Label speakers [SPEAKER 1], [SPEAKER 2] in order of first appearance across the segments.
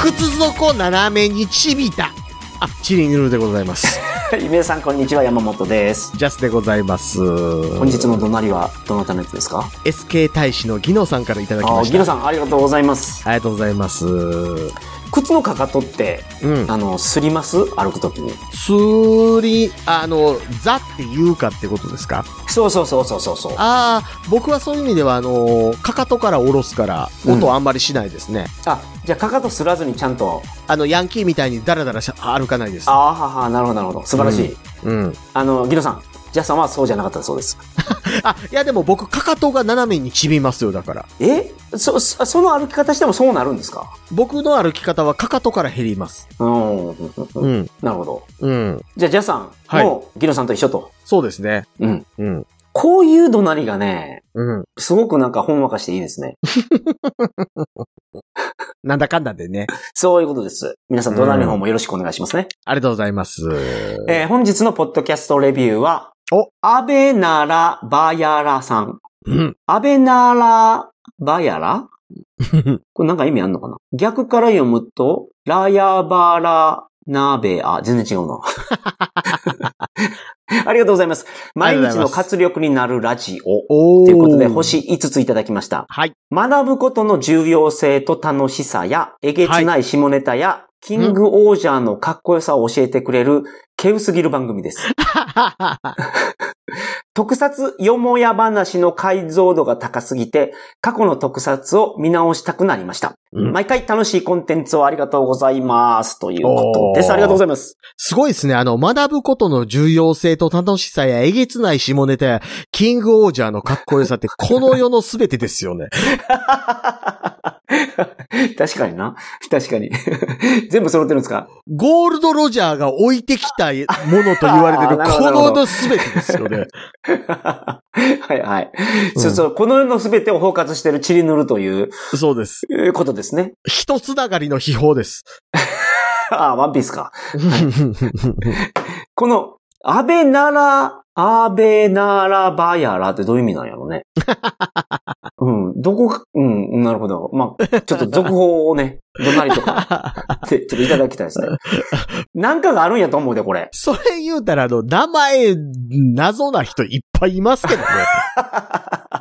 [SPEAKER 1] 靴底斜めにちびた。あ、チリヌルでございます。
[SPEAKER 2] 皆さん、こんにちは。山本です。
[SPEAKER 1] ジャスでございます。本
[SPEAKER 2] 本日の怒鳴りは、どなたのやつですか
[SPEAKER 1] SK 大使のギノさんからいただき
[SPEAKER 2] あ
[SPEAKER 1] ま
[SPEAKER 2] あ、
[SPEAKER 1] し
[SPEAKER 2] ギロ
[SPEAKER 1] た。
[SPEAKER 2] さん、ありがとうございます。
[SPEAKER 1] ありがとうございます。う
[SPEAKER 2] 靴のかかとって、
[SPEAKER 1] ん。
[SPEAKER 2] あの、すります歩くときに。
[SPEAKER 1] すり、あの、ザって言うかってことですか
[SPEAKER 2] そうそうそうそうそうそう。
[SPEAKER 1] ああ、
[SPEAKER 2] あ
[SPEAKER 1] 僕はそういう意味では、あの、かかとから下ろすから、音あんまりしないですね。
[SPEAKER 2] じゃあ、かかとすらずにちゃんと。
[SPEAKER 1] あの、ヤンキーみたいにダラダラし歩かないです。
[SPEAKER 2] ああ、はは、なるほど、なるほど。素晴らしい。
[SPEAKER 1] うん。
[SPEAKER 2] あの、ギロさん、ジャスさんはそうじゃなかったそうです。
[SPEAKER 1] あ、いやでも僕、かかとが斜めにちびますよ、だから。
[SPEAKER 2] えそ、そその歩き方してもそうなるんですか
[SPEAKER 1] 僕の歩き方はかかとから減ります。
[SPEAKER 2] うん。
[SPEAKER 1] うん。
[SPEAKER 2] なるほど。
[SPEAKER 1] うん。
[SPEAKER 2] じゃあ、ジャスさんも、
[SPEAKER 1] は
[SPEAKER 2] ギロさんと一緒と。
[SPEAKER 1] そうですね。
[SPEAKER 2] うん。
[SPEAKER 1] うん。
[SPEAKER 2] こういう怒鳴りがね、
[SPEAKER 1] うん。
[SPEAKER 2] すごくなんかほんわかしていいですね。
[SPEAKER 1] なんだかんだでね。
[SPEAKER 2] そういうことです。皆さん、怒鳴りの方もよろしくお願いしますね。
[SPEAKER 1] ありがとうございます。
[SPEAKER 2] えー本日のポッドキャストレビューは、
[SPEAKER 1] お
[SPEAKER 2] 安倍ならばやらさん。
[SPEAKER 1] うん。
[SPEAKER 2] 安倍ならばや らこれなんか意味あんのかな逆から読むと、ラヤバラナベア。全然違う な。ありがとうございます。毎日の活力になるラジオ。
[SPEAKER 1] おー
[SPEAKER 2] ということで、星5ついただきました。
[SPEAKER 1] はい。
[SPEAKER 2] 学ぶことの重要性と楽しさや、えげつない下ネタや、キングオージャーのかっこよさを教えてくれる、けうすぎる番組です。 特撮よもや話の解像度が高すぎて、過去の特撮を見直したくなりました。
[SPEAKER 1] うん
[SPEAKER 2] 毎回楽しいコンテンツをありがとうございます。ということで
[SPEAKER 1] お
[SPEAKER 2] す。
[SPEAKER 1] ー
[SPEAKER 2] ありがとうございます。
[SPEAKER 1] すごいですね。あの、学ぶことの重要性と楽しさや、えげつない下ネタや、キングオージャーのかっこよ さって、この世のすべてですよね。
[SPEAKER 2] 確かにな。 確かに。全部揃ってるんですか
[SPEAKER 1] ゴールドロジャーが置いてきたものと言われて
[SPEAKER 2] あー
[SPEAKER 1] る、
[SPEAKER 2] なるほ
[SPEAKER 1] こ
[SPEAKER 2] どなるほ
[SPEAKER 1] の
[SPEAKER 2] ど
[SPEAKER 1] 世のすべてですよ ね。
[SPEAKER 2] はいはい、
[SPEAKER 1] うん
[SPEAKER 2] そうそう。この世の全てを包括しているチリヌルという
[SPEAKER 1] そうです。
[SPEAKER 2] えーことですね。
[SPEAKER 1] 一つながりの秘宝です。
[SPEAKER 2] ああ、ワンピースか。この、安倍なら、安倍ならばやらってどういう意味なんやろ うね。うん、どこか、うん、なるほど。まあ、ちょっと続報を ね、どなりとか で、ちょっといただきたいですね。なんかがあるんやと思うで、これ。
[SPEAKER 1] それ言うたら、あの、名前、謎な人いっぱいいます けどね。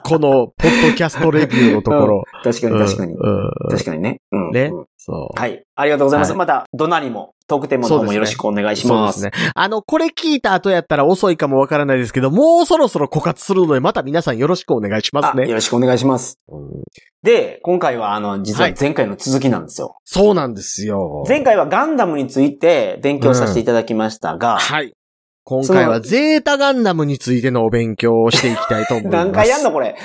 [SPEAKER 1] この、ポッドキャストレビューのところ。
[SPEAKER 2] 確かに確かに。
[SPEAKER 1] うんうん
[SPEAKER 2] 確かにね。うん。
[SPEAKER 1] ね
[SPEAKER 2] うん
[SPEAKER 1] そう。
[SPEAKER 2] はい。ありがとうございます。
[SPEAKER 1] はい
[SPEAKER 2] また、どなりも、トークテーマの
[SPEAKER 1] そう
[SPEAKER 2] 方
[SPEAKER 1] です
[SPEAKER 2] も
[SPEAKER 1] ね
[SPEAKER 2] よろしくお願いし
[SPEAKER 1] そう
[SPEAKER 2] ま。
[SPEAKER 1] ですすね。あの、これ聞いた後やったら遅いかもわからないですけど、もうそろそろ枯渇するので、また皆さんよろしくお願いします
[SPEAKER 2] あ
[SPEAKER 1] ね
[SPEAKER 2] よ。ろしくお願いします。で、今回は、あの、実は
[SPEAKER 1] はい
[SPEAKER 2] 前回の続きなんですよ。
[SPEAKER 1] そうなんですよ。
[SPEAKER 2] 前回はガンダムについて勉強させていただきましたが、
[SPEAKER 1] はい。今回は
[SPEAKER 2] その
[SPEAKER 1] ゼータガンダムについてのお勉強をしていきたいと思います。
[SPEAKER 2] 何回やんのこれ。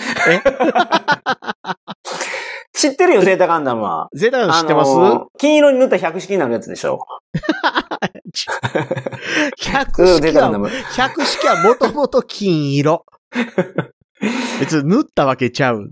[SPEAKER 2] 知ってるよ、ゼータガンダムは。
[SPEAKER 1] ゼータガンダ ム知ってます、
[SPEAKER 2] あのー金色に塗った百式になるやつで しょ。
[SPEAKER 1] 百
[SPEAKER 2] うんゼー
[SPEAKER 1] 式
[SPEAKER 2] タガン
[SPEAKER 1] は、
[SPEAKER 2] ダム。
[SPEAKER 1] 百式はもともと金 色。別に縫ったわけちゃう。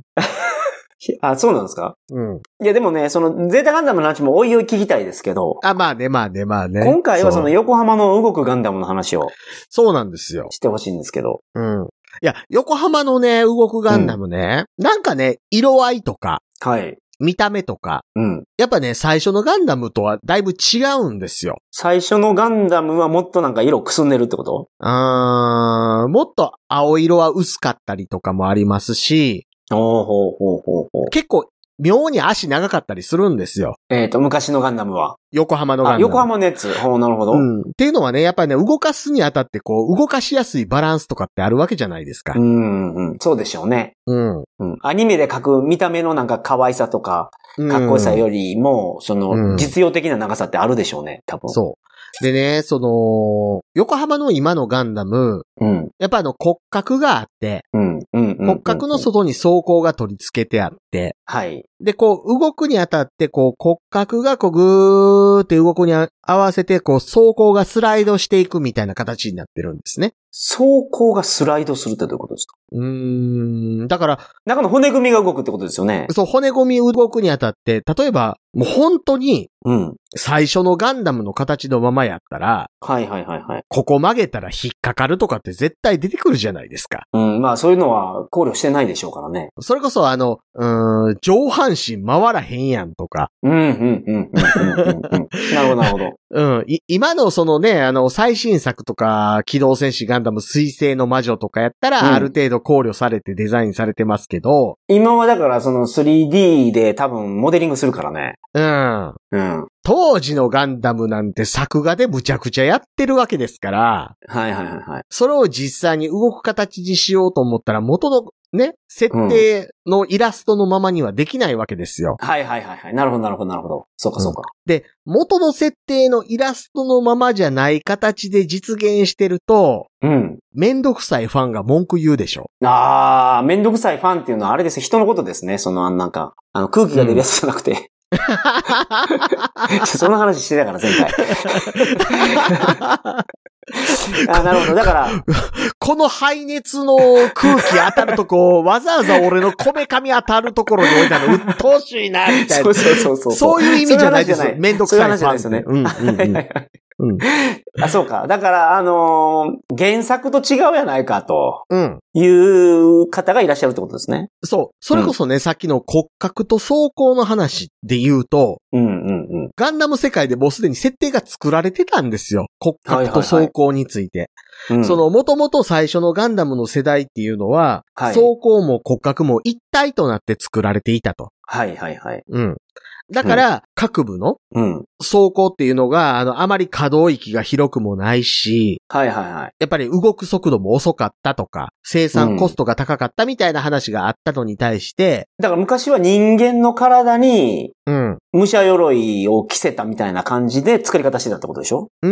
[SPEAKER 2] あ、そうなんですか
[SPEAKER 1] うん。
[SPEAKER 2] いや、でもね、その、ゼータガンダムの話もおいおい聞きたいですけど、
[SPEAKER 1] あ、まあね、まあね、まあね。
[SPEAKER 2] 今回はその
[SPEAKER 1] そう、
[SPEAKER 2] 横浜の動くガンダムの話を
[SPEAKER 1] そうなんですよ。
[SPEAKER 2] してほしいんですけど。
[SPEAKER 1] うん。いや、横浜のね、動くガンダムね、なんかね、色合いとか、
[SPEAKER 2] はい。
[SPEAKER 1] 見た目とか、
[SPEAKER 2] うん。
[SPEAKER 1] やっぱね、最初のガンダムとはだいぶ違うんですよ。
[SPEAKER 2] 最初のガンダムはもっとなんか色くすんでるってこと
[SPEAKER 1] あーもっと青色は薄かったりとかもありますし、
[SPEAKER 2] おーほうほうほうほう。
[SPEAKER 1] 結構、妙に足長かったりするんですよ。
[SPEAKER 2] えっ、と、昔のガンダムは。
[SPEAKER 1] 横浜のガンダ
[SPEAKER 2] あ、
[SPEAKER 1] ム。
[SPEAKER 2] 横浜のやつ。ほう、なるほど。
[SPEAKER 1] うん。っていうのはね、やっぱりね、動かすにあたって、こう、動かしやすいバランスとかってあるわけじゃないですか
[SPEAKER 2] う。んうんうん、そうでしょうね。
[SPEAKER 1] うん。
[SPEAKER 2] うん。アニメで描く見た目のなんか可愛さとか、かっこよさ
[SPEAKER 1] うん
[SPEAKER 2] よりも、そ
[SPEAKER 1] うん
[SPEAKER 2] の、実用的な長さってあるでしょうね、多分。
[SPEAKER 1] そう。でね、その、横浜の今のガンダム、
[SPEAKER 2] う。うん。
[SPEAKER 1] やっぱあの骨格があって、
[SPEAKER 2] うん。うん。うん
[SPEAKER 1] 骨格の外に装甲が取り付けてあって、
[SPEAKER 2] はい。
[SPEAKER 1] で、こう、動くにあたって、こう、骨格がこう、ぐーって動くにあ合わせて、こう、装甲がスライドしていくみたいな形になってるんですね。
[SPEAKER 2] 走行がスライドするってどういうことですか
[SPEAKER 1] うーん。だから、
[SPEAKER 2] 中の骨組みが動くってことですよね。
[SPEAKER 1] そう、骨組み動くにあたって、例えば、もう本当に、
[SPEAKER 2] うん。
[SPEAKER 1] 最初のガンダムの形のままやったら、
[SPEAKER 2] はいはいはいはい。
[SPEAKER 1] ここ曲げたら引っかかるとかって絶対出てくるじゃないですか。
[SPEAKER 2] うん。まあそういうのは考慮してないでしょうからね。
[SPEAKER 1] それこそあの、うーん、上半身回らへんやんとか、
[SPEAKER 2] うん、うん、うん、うん、うんうん。なるほど、なるほど。
[SPEAKER 1] うん、い今のそのね、あの、最新作とか、機動戦士ガンダム水星の魔女とかやった
[SPEAKER 2] うん
[SPEAKER 1] ら、ある程度考慮されてデザインされてますけど、
[SPEAKER 2] 今はだからその 3D で多分モデリングするからね。
[SPEAKER 1] うん。
[SPEAKER 2] うん。はい
[SPEAKER 1] 当時のガンダムなんて作画でむちゃくちゃやってるわけですから、
[SPEAKER 2] はいはいはい。
[SPEAKER 1] それを実際に動く形にしようと思ったら元のね、設定のイラストのままにはできないわけですよ。
[SPEAKER 2] はいはいはいはい。なるほどなるほどなるほど。そうかそうか。
[SPEAKER 1] で、元の設定のイラストのままじゃない形で実現してると、
[SPEAKER 2] うん。
[SPEAKER 1] めんどくさいファンが文句言うでしょ。
[SPEAKER 2] あー、めんどくさいファンっていうのはあれです人のことですね。その、あのなんか、あの空気が出るやつじゃな くて。その話してたから、前 回。あなるほど。だから、
[SPEAKER 1] この排熱の空気当たるとこ、わざわざ俺のこめかみ当たるところに置いたの、鬱陶しいな、みたい
[SPEAKER 2] そ
[SPEAKER 1] な
[SPEAKER 2] う。そうそうそう。
[SPEAKER 1] そういう意味じゃないです
[SPEAKER 2] そうう話じゃ。
[SPEAKER 1] めんどくさいファンって。
[SPEAKER 2] そういう
[SPEAKER 1] うんうんうん
[SPEAKER 2] はいはい
[SPEAKER 1] うん
[SPEAKER 2] あ、そうか。だから、あのー原作と違うやないかと
[SPEAKER 1] うん。
[SPEAKER 2] いう方がいらっしゃるってことですね。
[SPEAKER 1] そう。それこそね、さっきの骨格と装甲の話で言うと、
[SPEAKER 2] うんうんうん。
[SPEAKER 1] ガンダム世界でもうすでに設定が作られてたんですよ。骨格と装甲について。
[SPEAKER 2] うん
[SPEAKER 1] そ、の、もともと最初のガンダムの世代っていうのは、
[SPEAKER 2] はい
[SPEAKER 1] 装甲も骨格も一体となって作られていたと。
[SPEAKER 2] はいはいはい。
[SPEAKER 1] うん。だから、各部の
[SPEAKER 2] うん。
[SPEAKER 1] 装甲っていうのが、あの、あまり可動域が広くもないし、
[SPEAKER 2] はいはいはい。
[SPEAKER 1] やっぱり動く速度も遅かったとか、生産コストが高かったみたいな話があったのに対して、
[SPEAKER 2] だから昔は人間の体に
[SPEAKER 1] うん。
[SPEAKER 2] 武者鎧を着せたみたいな感じで作り方してたってことでしょ
[SPEAKER 1] う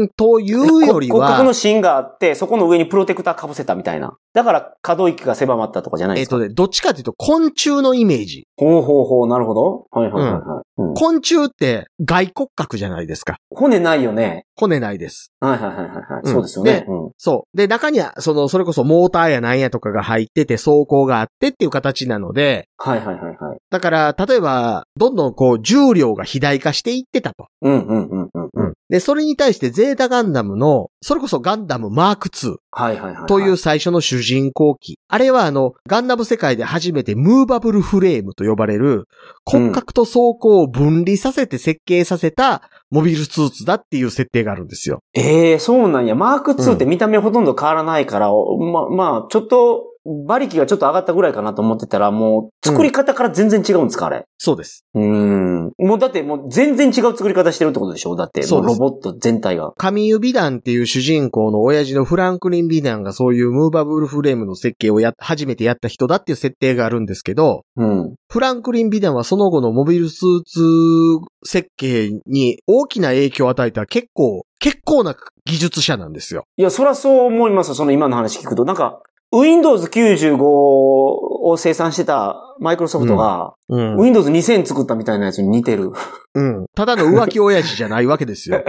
[SPEAKER 1] ーん、というより
[SPEAKER 2] こ骨格の
[SPEAKER 1] は、
[SPEAKER 2] 芯があって、そこの上にプロテクター被せたみたいな。だから可動域が狭まったとかじゃない
[SPEAKER 1] え
[SPEAKER 2] で
[SPEAKER 1] っ
[SPEAKER 2] すか。
[SPEAKER 1] とね、どっちかというと昆虫のイメージ。
[SPEAKER 2] ほうほうほう、なるほど。はいはいはい、はいうん
[SPEAKER 1] 昆虫って外骨格じゃないですか。
[SPEAKER 2] 骨ないよね。
[SPEAKER 1] 骨ないです。
[SPEAKER 2] はいはいはいはいはい。
[SPEAKER 1] うん
[SPEAKER 2] そうですよね
[SPEAKER 1] で。
[SPEAKER 2] うん
[SPEAKER 1] そう。で、中には、その、それこそモーターやなんやとかが入ってて、装甲があってっていう形なので、
[SPEAKER 2] はいはいはいはい。
[SPEAKER 1] だから、例えば、どんどんこう、重量が肥大化していってたと。
[SPEAKER 2] うんうんうんうんうん。
[SPEAKER 1] で、それに対してゼータガンダムの、それこそガンダムマーク2
[SPEAKER 2] はいはいはい。
[SPEAKER 1] という。最初の主人公機。あれはあの、ガンダム世界で初めてムーバブルフレームと呼ばれる骨格と装甲を分離させて設計させたモビルスーツだっていう設定があるんですよ。
[SPEAKER 2] ええそうなんや。マーク2って見た目ほとんど変わらないから、ま、まあ、ちょっと、馬力がちょっと上がったぐらいかなと思ってたら、もう、作り方から全然違うんですか、あれ。
[SPEAKER 1] そうです。
[SPEAKER 2] うーん。もうだってもう全然違う作り方してるってことでしょだって、
[SPEAKER 1] そうです
[SPEAKER 2] もロボット全体が。
[SPEAKER 1] 神湯美団っていう主人公の親父のフランクリン・美団がそういうムーバブルフレームの設計をや、初めてやった人だっていう設定があるんですけど、
[SPEAKER 2] うん。
[SPEAKER 1] フランクリン・ビダンはその後のモビルスーツ設計に大きな影響を与えた結構、結構な技術者なんですよ。
[SPEAKER 2] いや、そらそう思いますその今の話聞くと。なんか、Windows 95を生産してたマイクロソフトが、
[SPEAKER 1] うん。
[SPEAKER 2] Windows 2000作ったみたいなやつに似て る。
[SPEAKER 1] うん。ただの浮気親父じゃないわけです よ。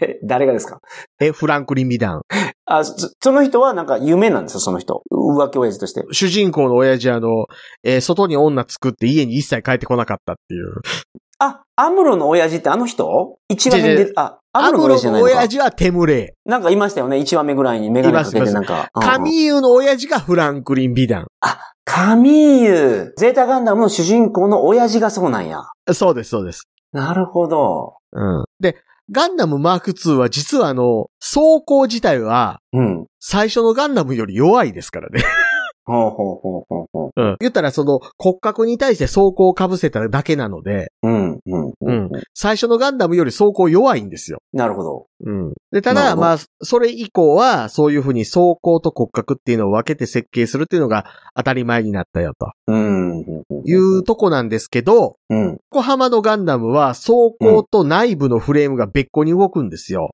[SPEAKER 2] え誰がですか
[SPEAKER 1] え、フランクリン・ビダン。
[SPEAKER 2] あ、そその人はなんか有名なんですよ、その人。浮気親父として。
[SPEAKER 1] 主人公の親父あの、えー外に女作って家に一切帰ってこなかったっていう。
[SPEAKER 2] あ、アムロの親父ってあの人一話目
[SPEAKER 1] 違う違
[SPEAKER 2] で
[SPEAKER 1] う、
[SPEAKER 2] あ、ア
[SPEAKER 1] ア
[SPEAKER 2] ム
[SPEAKER 1] ム
[SPEAKER 2] ロの親
[SPEAKER 1] ロ
[SPEAKER 2] 父じゃな
[SPEAKER 1] の
[SPEAKER 2] いの
[SPEAKER 1] 親
[SPEAKER 2] か。
[SPEAKER 1] 父はテムレ
[SPEAKER 2] なんかいましたよね、一話目ぐらいにメガネかけ
[SPEAKER 1] いま
[SPEAKER 2] て
[SPEAKER 1] す
[SPEAKER 2] なんか。
[SPEAKER 1] イ。
[SPEAKER 2] うんうん
[SPEAKER 1] 神湯の親父がフランクリン・ビダン。
[SPEAKER 2] あ、カミーユ。ゼータガンダムの主人公の親父がそうなんや。
[SPEAKER 1] そうです、そうです。
[SPEAKER 2] なるほど。
[SPEAKER 1] うん。で、ガンダムマーク2は実はあの、装甲自体は、
[SPEAKER 2] うん。
[SPEAKER 1] 最初のガンダムより弱いですからね。
[SPEAKER 2] ほうほうほうほうほ
[SPEAKER 1] うん。 言ったらその骨格に対して装甲を被せただけなので、
[SPEAKER 2] う。うん、うん、うん。
[SPEAKER 1] 最初のガンダムより装甲弱いんですよ。
[SPEAKER 2] なるほど。
[SPEAKER 1] うん。で、た
[SPEAKER 2] なる
[SPEAKER 1] だ、
[SPEAKER 2] ほど
[SPEAKER 1] まあ、それ以降は、そういうふうに装甲と骨格っていうのを分けて設計するっていうのが当たり前になったよ、と
[SPEAKER 2] うん。
[SPEAKER 1] いうとこなんですけど、
[SPEAKER 2] うん。
[SPEAKER 1] 横浜のガンダムは装甲と内部のフレームが別個に動くんですよ。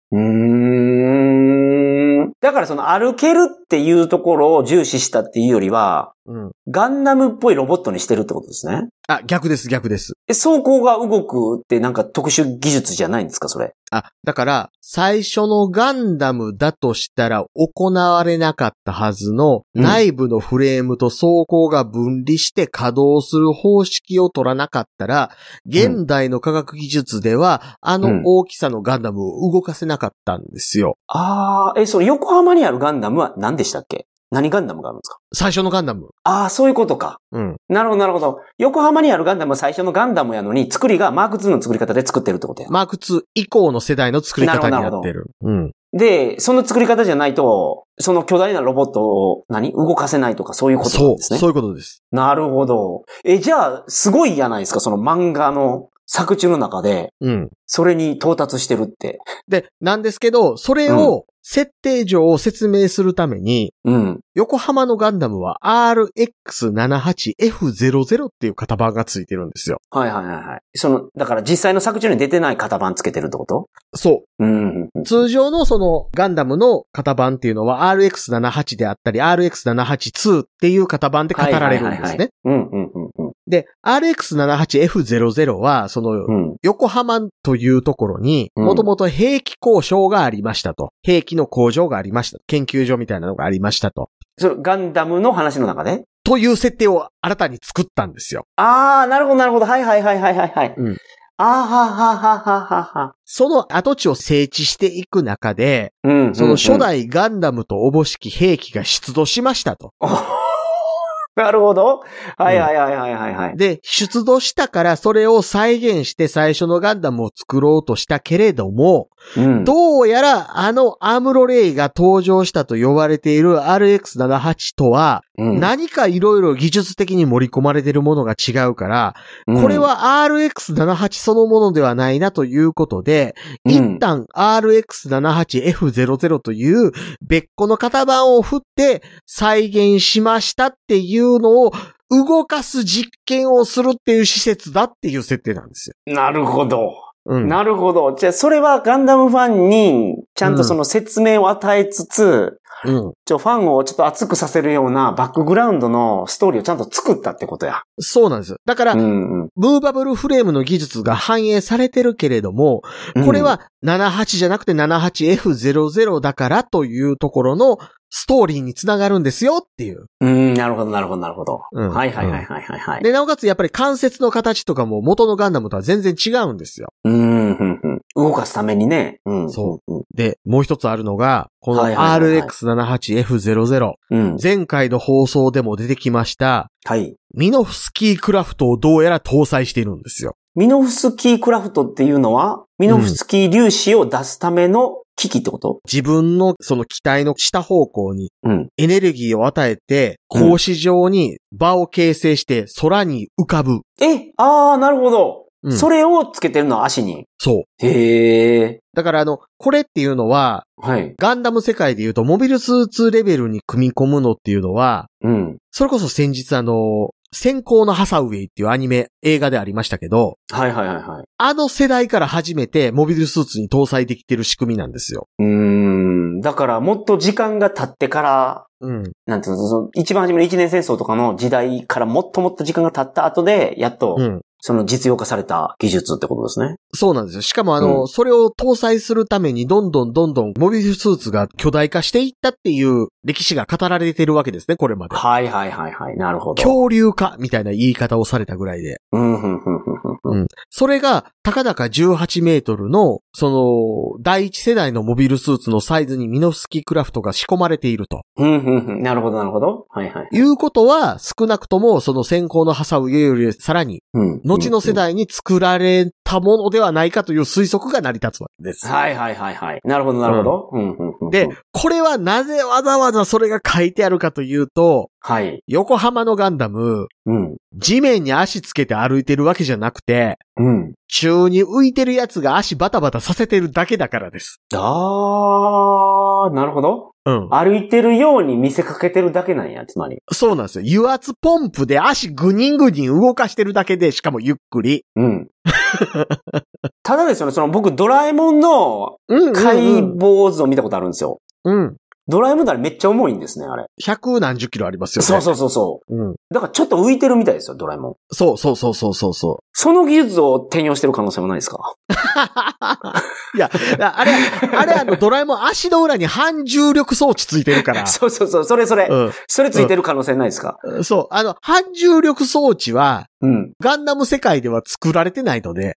[SPEAKER 2] うん。だからその歩けるっていうところを重視したっていうよりは、
[SPEAKER 1] うん。
[SPEAKER 2] ガンダムっぽいロボットにしてるってことですね。
[SPEAKER 1] あ、逆です、逆です。
[SPEAKER 2] え、走行が動くってなんか特殊技術じゃないんですか、それ。
[SPEAKER 1] あ、だから、最初のガンダムだとしたら行われなかったはずの
[SPEAKER 2] うん
[SPEAKER 1] 内部のフレームと装甲が分離して稼働する方式を取らなかったら、現代の科学技術ではあ
[SPEAKER 2] う
[SPEAKER 1] の
[SPEAKER 2] ん
[SPEAKER 1] 大きさのガンダムを動かせなかったんですよ。
[SPEAKER 2] ああ、え、それ横浜にあるガンダムは何でしたっけ何ガンダムがあるんですか
[SPEAKER 1] 最初のガンダム。
[SPEAKER 2] ああ、そういうことか。
[SPEAKER 1] うん。
[SPEAKER 2] なるほど、なるほど。横浜にあるガンダムは最初のガンダムやのに、作りがマーク2の作り方で作ってるってことや。
[SPEAKER 1] マーク2以降の世代の作り方になってる。うん。
[SPEAKER 2] で、その作り方じゃないと、その巨大なロボットを何動かせないとかそういうことなん
[SPEAKER 1] そう、
[SPEAKER 2] ですね。
[SPEAKER 1] そういうことです。
[SPEAKER 2] なるほど。え、じゃあ、すごいじゃないですか、その漫画の作中の中で、
[SPEAKER 1] うん。
[SPEAKER 2] それに到達してるって。
[SPEAKER 1] で、なんですけど、それを、設定上を説明するために、
[SPEAKER 2] うん。
[SPEAKER 1] 横浜のガンダムは RX78F00 っていう型番がついてるんですよ。
[SPEAKER 2] はいはいはいはい。その、だから実際の作中に出てない型番つけてるってこと
[SPEAKER 1] そ
[SPEAKER 2] うん。
[SPEAKER 1] う。通常のそのガンダムの型番っていうのは RX78 であったり RX782 っていう型番で語られるんで
[SPEAKER 2] は
[SPEAKER 1] す
[SPEAKER 2] いはいはいは
[SPEAKER 1] ね
[SPEAKER 2] い。。うんうんうんうん
[SPEAKER 1] で、RX78F00 はその
[SPEAKER 2] うん。
[SPEAKER 1] 横浜というところに、
[SPEAKER 2] うん
[SPEAKER 1] もともと兵器工廠がありましたと。兵器の工場がありました。研究所みたいなのがありましたと。
[SPEAKER 2] それ、ガンダムの話の中で
[SPEAKER 1] という設定を新たに作ったんですよ。
[SPEAKER 2] ああ、なるほどなるほど。はいはいはいはいはいはい。
[SPEAKER 1] うん
[SPEAKER 2] あーはははははは。
[SPEAKER 1] その跡地を整地していく中で、
[SPEAKER 2] うん。
[SPEAKER 1] その初
[SPEAKER 2] うん。
[SPEAKER 1] 代ガンダムとおぼしき兵器が出土しましたと。
[SPEAKER 2] お なるほど。はいはいはいはいはいはい。
[SPEAKER 1] で、出土したからそれを再現して最初のガンダムを作ろうとしたけれども、
[SPEAKER 2] うん
[SPEAKER 1] どうやらあのアムロレイが登場したと呼ばれている RX78 とは、
[SPEAKER 2] うん
[SPEAKER 1] 何かいろいろ技術的に盛り込まれてるものが違うから、これ、は RX78 そのものではないなということで、
[SPEAKER 2] うん
[SPEAKER 1] 一旦 RX78F00 という別個の型番を振って再現しましたっていうのを動かす実験をするっていう施設だっていう設定なんですよ。
[SPEAKER 2] なるほど。
[SPEAKER 1] うん。
[SPEAKER 2] なるほど。じゃあ、それはガンダムファンに、ちゃんとその説明を与えつつ、
[SPEAKER 1] うん。
[SPEAKER 2] ちょ、ファンをちょっと熱くさせるようなバックグラウンドのストーリーをちゃんと作ったってことや。
[SPEAKER 1] そうなんです。だから、
[SPEAKER 2] ん、うん。
[SPEAKER 1] ムーバブルフレームの技術が反映されてるけれども、これは78じゃなくて 78F00 だからというところのストーリーにつながるんですよっていう。
[SPEAKER 2] うん、うん、なるほど、なるほど、なるほど。
[SPEAKER 1] うん
[SPEAKER 2] はいはいはいはいはいはい。
[SPEAKER 1] で、なおかつやっぱり関節の形とかも元のガンダムとは全然違うんですよ。
[SPEAKER 2] うん、うん、うん。動かすためにね。うん。。
[SPEAKER 1] そうで、もう一つあるのが、この
[SPEAKER 2] はいはいはいはい
[SPEAKER 1] RX78F00。
[SPEAKER 2] うん。
[SPEAKER 1] 前回の放送でも出てきました、
[SPEAKER 2] はい。
[SPEAKER 1] ミノフスキークラフトをどうやら搭載しているんですよ。
[SPEAKER 2] ミノフスキークラフトっていうのは、ミノフスキー粒子を出すための機器ってこと
[SPEAKER 1] 自分のその機体の下方向に
[SPEAKER 2] うん。
[SPEAKER 1] エネルギーを与えて、
[SPEAKER 2] うん
[SPEAKER 1] 格子状に場を形成して空に浮かぶ。
[SPEAKER 2] え、あー、なるほど。
[SPEAKER 1] うん
[SPEAKER 2] それをつけてるのは足に。
[SPEAKER 1] そう。
[SPEAKER 2] へえ。
[SPEAKER 1] だからあの、これっていうのは、
[SPEAKER 2] はい。
[SPEAKER 1] ガンダム世界で言うとモビルスーツレベルに組み込むのっていうのは、
[SPEAKER 2] うん。
[SPEAKER 1] それこそ先日あの、先行のハサウェイっていうアニメ、映画でありましたけど、
[SPEAKER 2] はいはいはいはい。
[SPEAKER 1] あの世代から初めてモビルスーツに搭載できてる仕組みなんですよ。
[SPEAKER 2] うーん。だから、もっと時間が経ってから、
[SPEAKER 1] うん。
[SPEAKER 2] なんていうの、その一番初めの一年戦争とかの時代からもっともっと時間が経った後で、やっと、
[SPEAKER 1] うん。
[SPEAKER 2] その実用化された技術ってことですね。
[SPEAKER 1] そうなんですよ。しかもあの、
[SPEAKER 2] う
[SPEAKER 1] それを搭載するためにどんどんどんどんモビルスーツが巨大化していったっていう歴史が語られてるわけですね、これまで。
[SPEAKER 2] はいはいはいはい。なるほど。
[SPEAKER 1] 恐竜化みたいな言い方をされたぐらいで。
[SPEAKER 2] うん、うん、うん、うんうん。
[SPEAKER 1] それが、高々18メートルの、その、第一世代のモビルスーツのサイズにミノフスキークラフトが仕込まれていると。
[SPEAKER 2] うん、うん、うん。なるほど、なるほど。はいはい。
[SPEAKER 1] いうことは、少なくとも、その先行のハサウェイよりさらに、
[SPEAKER 2] うん。
[SPEAKER 1] 後の世代に作られたものではないかという推測が成り立つわけです。
[SPEAKER 2] はいはいはいはい。なるほど、なるほど。うん、うん、うん。
[SPEAKER 1] で、これはなぜわざわざそれが書いてあるかというと、
[SPEAKER 2] はい。
[SPEAKER 1] 横浜のガンダム、
[SPEAKER 2] うん。
[SPEAKER 1] 地面に足つけて歩いてるわけじゃなくて、
[SPEAKER 2] うん。
[SPEAKER 1] 宙に浮いてるやつが足バタバタさせてるだけだからです。
[SPEAKER 2] あー、なるほど。
[SPEAKER 1] うん。
[SPEAKER 2] 歩いてるように見せかけてるだけなんや、つまり。
[SPEAKER 1] そうなんですよ。油圧ポンプで足グニングニン動かしてるだけで、しかもゆっくり。
[SPEAKER 2] うん。ただですよね、その僕、ドラえもんの
[SPEAKER 1] うん
[SPEAKER 2] 解剖図を見たことあるんですよ。
[SPEAKER 1] うん。
[SPEAKER 2] ドラえもんだらめっちゃ重いんですね、あれ。
[SPEAKER 1] 百何十キロありますよね。。
[SPEAKER 2] そうそうそうそう
[SPEAKER 1] うん。
[SPEAKER 2] う。だからちょっと浮いてるみたいですよ、ドラえもん。
[SPEAKER 1] そうそうそうそうそうそ
[SPEAKER 2] その技術を転用してる可能性もないですか
[SPEAKER 1] う。いや、あれ、あれあの、ドラえもん足の裏に反重力装置ついてる から。
[SPEAKER 2] そうそうそう、それそれ、
[SPEAKER 1] う
[SPEAKER 2] それついてる可能性ないですか
[SPEAKER 1] ん。そう。あの、反重力装置は、
[SPEAKER 2] うん。
[SPEAKER 1] ガンダム世界では作られてないので。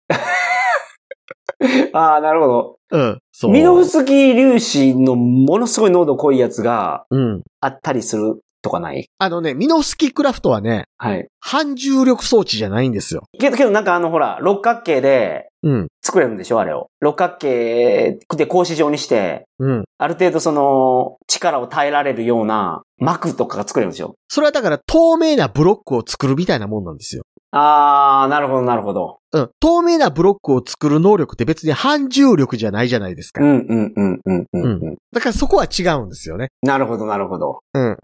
[SPEAKER 2] ああ、なるほど。
[SPEAKER 1] うん。そう。
[SPEAKER 2] ミノフスキー粒子のものすごい濃度濃いやつが
[SPEAKER 1] うん。
[SPEAKER 2] あったりするとかない
[SPEAKER 1] あのね、ミノフスキークラフトはね、
[SPEAKER 2] はい。
[SPEAKER 1] 反重力装置じゃないんですよ。
[SPEAKER 2] けど、けどなんかあのほら、六角形で
[SPEAKER 1] うん。
[SPEAKER 2] 作れるんでしょあれを。六角形で格子状にして、
[SPEAKER 1] うん。
[SPEAKER 2] ある程度その力を耐えられるような膜とかが作れるんでしょ
[SPEAKER 1] それはだから透明なブロックを作るみたいなもんなんですよ。
[SPEAKER 2] ああ、なるほど、なるほど。
[SPEAKER 1] うん。透明なブロックを作る能力って別に反重力じゃないじゃないですか。
[SPEAKER 2] うん、うん、うん、うん、うんうん。
[SPEAKER 1] だからそこは違うんですよね。
[SPEAKER 2] なるほど、なるほど。
[SPEAKER 1] うん、
[SPEAKER 2] う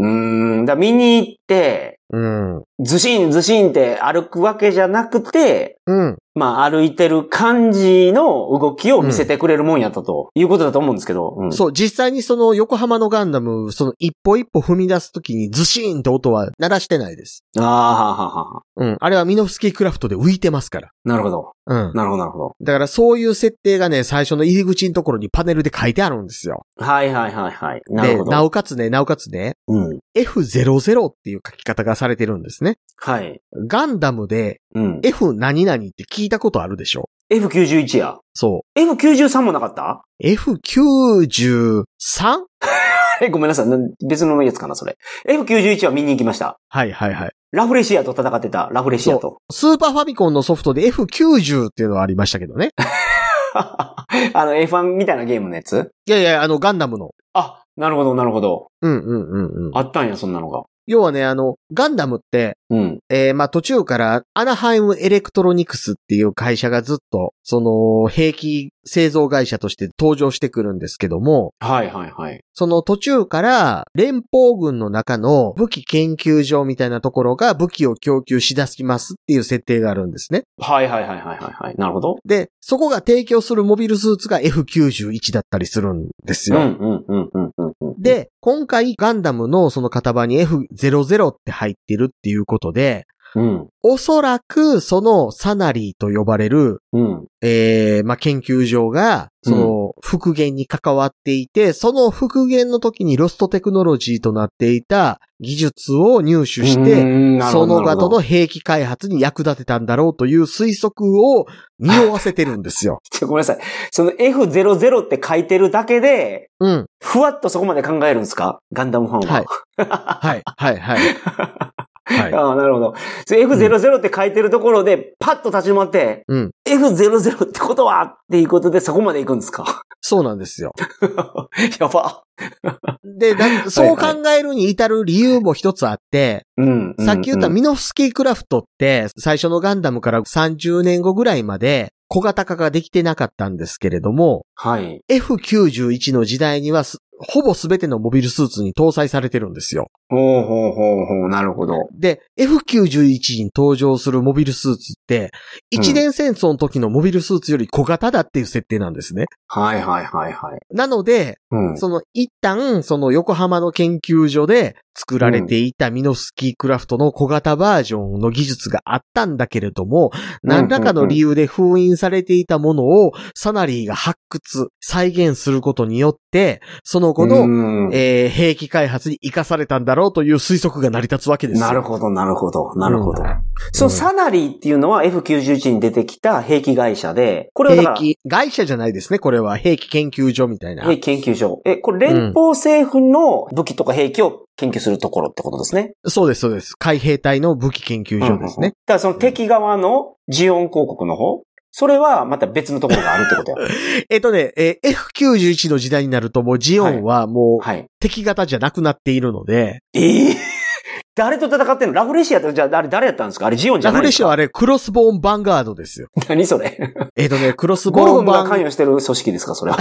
[SPEAKER 2] ーん、だから見に行って、
[SPEAKER 1] うん。うん。
[SPEAKER 2] ズシンズシンって歩くわけじゃなくて、
[SPEAKER 1] うん。
[SPEAKER 2] まあ歩いてる感じの動きを見せてくれるもんやったと、いうことだと思うんですけど。うん
[SPEAKER 1] そう、実際にその横浜のガンダム、その一歩一歩踏み出すときにズシーンって音は鳴らしてないです。
[SPEAKER 2] あーはあ、はあはあ、
[SPEAKER 1] うん。あれはミノフスキークラフトで浮いてますから。
[SPEAKER 2] なるほど。
[SPEAKER 1] うん。
[SPEAKER 2] なるほど、なるほど。
[SPEAKER 1] だからそういう設定がね、最初の入り口のところにパネルで書いてあるんですよ。
[SPEAKER 2] はいはいはいはい。なる
[SPEAKER 1] で、
[SPEAKER 2] ほ
[SPEAKER 1] な
[SPEAKER 2] ど。
[SPEAKER 1] おかつね、なおかつね、
[SPEAKER 2] うん。
[SPEAKER 1] F00 っていう書き方がされてるんですね。
[SPEAKER 2] はい。
[SPEAKER 1] ガンダムで
[SPEAKER 2] うん。
[SPEAKER 1] F 何々って聞いたことあるでしょ
[SPEAKER 2] F91 や。
[SPEAKER 1] そ
[SPEAKER 2] F93 もなかった
[SPEAKER 1] う。F93?
[SPEAKER 2] え、ごめんなさい。な別のやつかな、それ。F91 は見に行きました。
[SPEAKER 1] はいはいはい。
[SPEAKER 2] ラフレシアと戦ってた。ラフレシアと。
[SPEAKER 1] スーパーファミコンのソフトで F90 っていうのはありましたけどね。
[SPEAKER 2] あの F1 みたいなゲームのやつ
[SPEAKER 1] いやいや、あの、ガンダムの。
[SPEAKER 2] あ、なるほど、なるほど。
[SPEAKER 1] うんうんうんうん。
[SPEAKER 2] あったんや、そんなのが。
[SPEAKER 1] 要はね、あの、ガンダムって、
[SPEAKER 2] うん。
[SPEAKER 1] えーまあ途中から、アナハイムエレクトロニクスっていう会社がずっと、その、兵器製造会社として登場してくるんですけども、
[SPEAKER 2] はいはいはい。
[SPEAKER 1] その途中から、連邦軍の中の武器研究所みたいなところが武器を供給しだしますっていう設定があるんですね。
[SPEAKER 2] はいはいはいはいはいはい。なるほど。
[SPEAKER 1] で、そこが提供するモビルスーツが F91 だったりするんです
[SPEAKER 2] うん
[SPEAKER 1] よ。
[SPEAKER 2] うんうんうんうんうん。、
[SPEAKER 1] で、今回ガンダムのその型番に F00 って入ってるっていうことで、
[SPEAKER 2] うん。
[SPEAKER 1] おそらくそのサナリーと呼ばれる、
[SPEAKER 2] うん。
[SPEAKER 1] えーまあ、研究所が、その復元に関わっていて、その復元の時にロストテクノロジーとなっていた技術を入手して、
[SPEAKER 2] うん、なる
[SPEAKER 1] そ
[SPEAKER 2] ほど
[SPEAKER 1] の後の
[SPEAKER 2] なるほど
[SPEAKER 1] 兵器開発に役立てたんだろうという推測を匂わせてるんですよ。
[SPEAKER 2] ちょごめんなさい。その F00 って書いてるだけで、
[SPEAKER 1] うん。
[SPEAKER 2] ふわっとそこまで考えるんですかガンダムファンは。
[SPEAKER 1] はいはい、はい、はい。はい。
[SPEAKER 2] ああ、なるほど。それ F00 って書いてるところで、パッと立ち止まって、
[SPEAKER 1] うん
[SPEAKER 2] F00 ってことはっていうことでそこまで行くんですか
[SPEAKER 1] そうなんですよ。
[SPEAKER 2] やば。
[SPEAKER 1] で、だそう考えるに至る理由も一つあって、
[SPEAKER 2] うん。
[SPEAKER 1] さっき言った
[SPEAKER 2] うんうん
[SPEAKER 1] ミノフスキークラフトって、最初のガンダムから30年後ぐらいまで小型化ができてなかったんですけれども、
[SPEAKER 2] はい。
[SPEAKER 1] F91 の時代にはすほぼ全てのモビルスーツに搭載されてるんですよ。
[SPEAKER 2] ほうほうほうほう、なるほど。
[SPEAKER 1] で、F91 に登場するモビルスーツって、
[SPEAKER 2] うん
[SPEAKER 1] 一年戦争の時のモビルスーツより小型だっていう設定なんですね。
[SPEAKER 2] はいはいはいはい。
[SPEAKER 1] なので、
[SPEAKER 2] うん。
[SPEAKER 1] その一旦、その横浜の研究所で作られていたミノフスキークラフトの小型バージョンの技術があったんだけれども、何らかの理由で封印されていたものをサナリーが発掘、再現することによって、その後の、
[SPEAKER 2] の
[SPEAKER 1] えー兵器開発に活かされたんだろうという推測が成り立つわけですよ。
[SPEAKER 2] なるほど、なるほど、なるほど。そうの
[SPEAKER 1] ん
[SPEAKER 2] サナリーっていうのは F91 に出てきた兵器会社で、これはだか
[SPEAKER 1] 兵
[SPEAKER 2] ら、
[SPEAKER 1] 器、会社じゃないですね。これは兵器研究所みたいな。
[SPEAKER 2] 兵器研究所。え、これ連邦政府の武器とか兵器を研究するところってことですね。
[SPEAKER 1] そうです、そうです。海兵隊の武器研究所です
[SPEAKER 2] うんうんうん
[SPEAKER 1] ね。。
[SPEAKER 2] だからその敵側のジオン広告の方それはまた別のところがあるってことや。
[SPEAKER 1] えっとね、えー F91 の時代になるともうジオンはもう
[SPEAKER 2] はい。
[SPEAKER 1] 敵型じゃなくなっているので、
[SPEAKER 2] ええ 誰と戦ってんのラフレシアって、じゃあ、あれ誰やったんですかあれジオンじゃ
[SPEAKER 1] ラ
[SPEAKER 2] な
[SPEAKER 1] フ
[SPEAKER 2] いん
[SPEAKER 1] レ
[SPEAKER 2] です
[SPEAKER 1] シア
[SPEAKER 2] か
[SPEAKER 1] はあれ、クロスボーンバンガードです よ。
[SPEAKER 2] 何それ
[SPEAKER 1] えっ、とね、クロス
[SPEAKER 2] ゴル
[SPEAKER 1] ボ
[SPEAKER 2] ゴ
[SPEAKER 1] ーン
[SPEAKER 2] ム
[SPEAKER 1] バ
[SPEAKER 2] が
[SPEAKER 1] ン、
[SPEAKER 2] 関与してる組織ですかそ れは。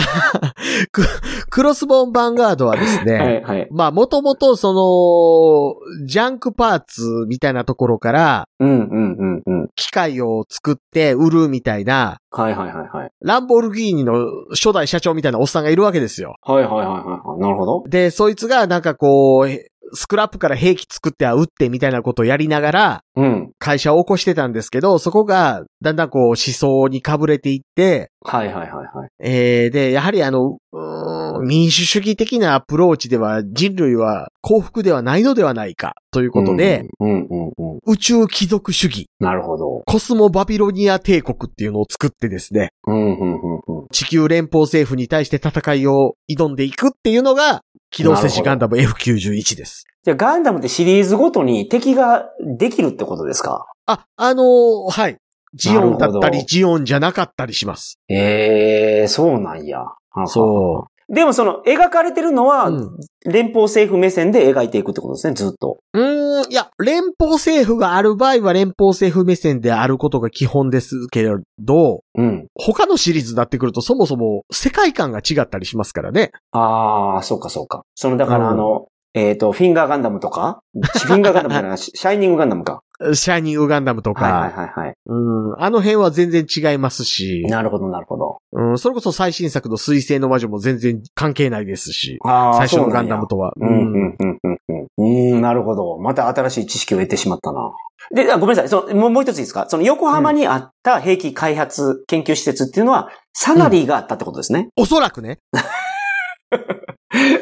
[SPEAKER 1] クロスボーンバンガードはですね、
[SPEAKER 2] はい、はい。
[SPEAKER 1] まあ、もともと、その、ジャンクパーツみたいなところから、
[SPEAKER 2] うん、うん、うん、うん。
[SPEAKER 1] 機械を作って売るみたいな、
[SPEAKER 2] はい、はい、はい、はい。
[SPEAKER 1] ランボルギーニの初代社長みたいなおっさんがいるわけですよ。
[SPEAKER 2] はい、はい、はい、はい。なるほど。
[SPEAKER 1] で、そいつがなんかこう、へスクラップから兵器作っては撃ってみたいなことをやりながら、
[SPEAKER 2] うん。
[SPEAKER 1] 会社を起こしてたんですけど、そこが、だんだんこう、思想にかぶれていって、
[SPEAKER 2] はい、はい、はい、はい。
[SPEAKER 1] えー、で、やはりあの、うーん民主主義的なアプローチでは人類は幸福ではないのではないかということで、、
[SPEAKER 2] うんうんうんうん。
[SPEAKER 1] 宇宙貴族主義、
[SPEAKER 2] なるほど。
[SPEAKER 1] コスモバビロニア帝国っていうのを作ってですね、
[SPEAKER 2] うんうんうんうん。
[SPEAKER 1] 地球連邦政府に対して戦いを挑んでいくっていうのが、機動戦士ガンダム F91 です。
[SPEAKER 2] じゃあガンダムってシリーズごとに敵ができるってことですか
[SPEAKER 1] あ、あのーはい。ジオンだった
[SPEAKER 2] なるほ
[SPEAKER 1] り、
[SPEAKER 2] ど
[SPEAKER 1] ジオンじゃなかったりします。
[SPEAKER 2] ええそうなんや。。
[SPEAKER 1] そう
[SPEAKER 2] でもその、描かれてるのは、
[SPEAKER 1] うん
[SPEAKER 2] 連邦政府目線で描いていくってことですね、ずっと。
[SPEAKER 1] うーん、いや、連邦政府がある場合は連邦政府目線であることが基本ですけれど、
[SPEAKER 2] うん。
[SPEAKER 1] 他のシリーズになってくるとそもそも世界観が違ったりしますからね。
[SPEAKER 2] ああ、そうかそうか。その、だから
[SPEAKER 1] うん
[SPEAKER 2] あの、えっ、と、フィンガーガンダムとか、フィンガーガンダム じゃない、シシャイニングガンダムか。
[SPEAKER 1] シャイニングガンダムとか、
[SPEAKER 2] はいはいはいはい。
[SPEAKER 1] うん、あの辺は全然違いますし、
[SPEAKER 2] なるほどなるほど。
[SPEAKER 1] うん、それこそ最新作の水星の魔女も全然関係ないですし、
[SPEAKER 2] あー
[SPEAKER 1] 最初の
[SPEAKER 2] そうな
[SPEAKER 1] ガ
[SPEAKER 2] ん
[SPEAKER 1] ン
[SPEAKER 2] や
[SPEAKER 1] ダムとは。
[SPEAKER 2] うん、う
[SPEAKER 1] うん
[SPEAKER 2] ん、うん、うん、うん。うーん、なるほど。また新しい知識を得てしまったな。で、あごめんなさい。その、もう、もう一ついいですかその、横浜にあった兵器開発研究施設っていうのは、サナリーがあったってことですね。
[SPEAKER 1] おそらくね。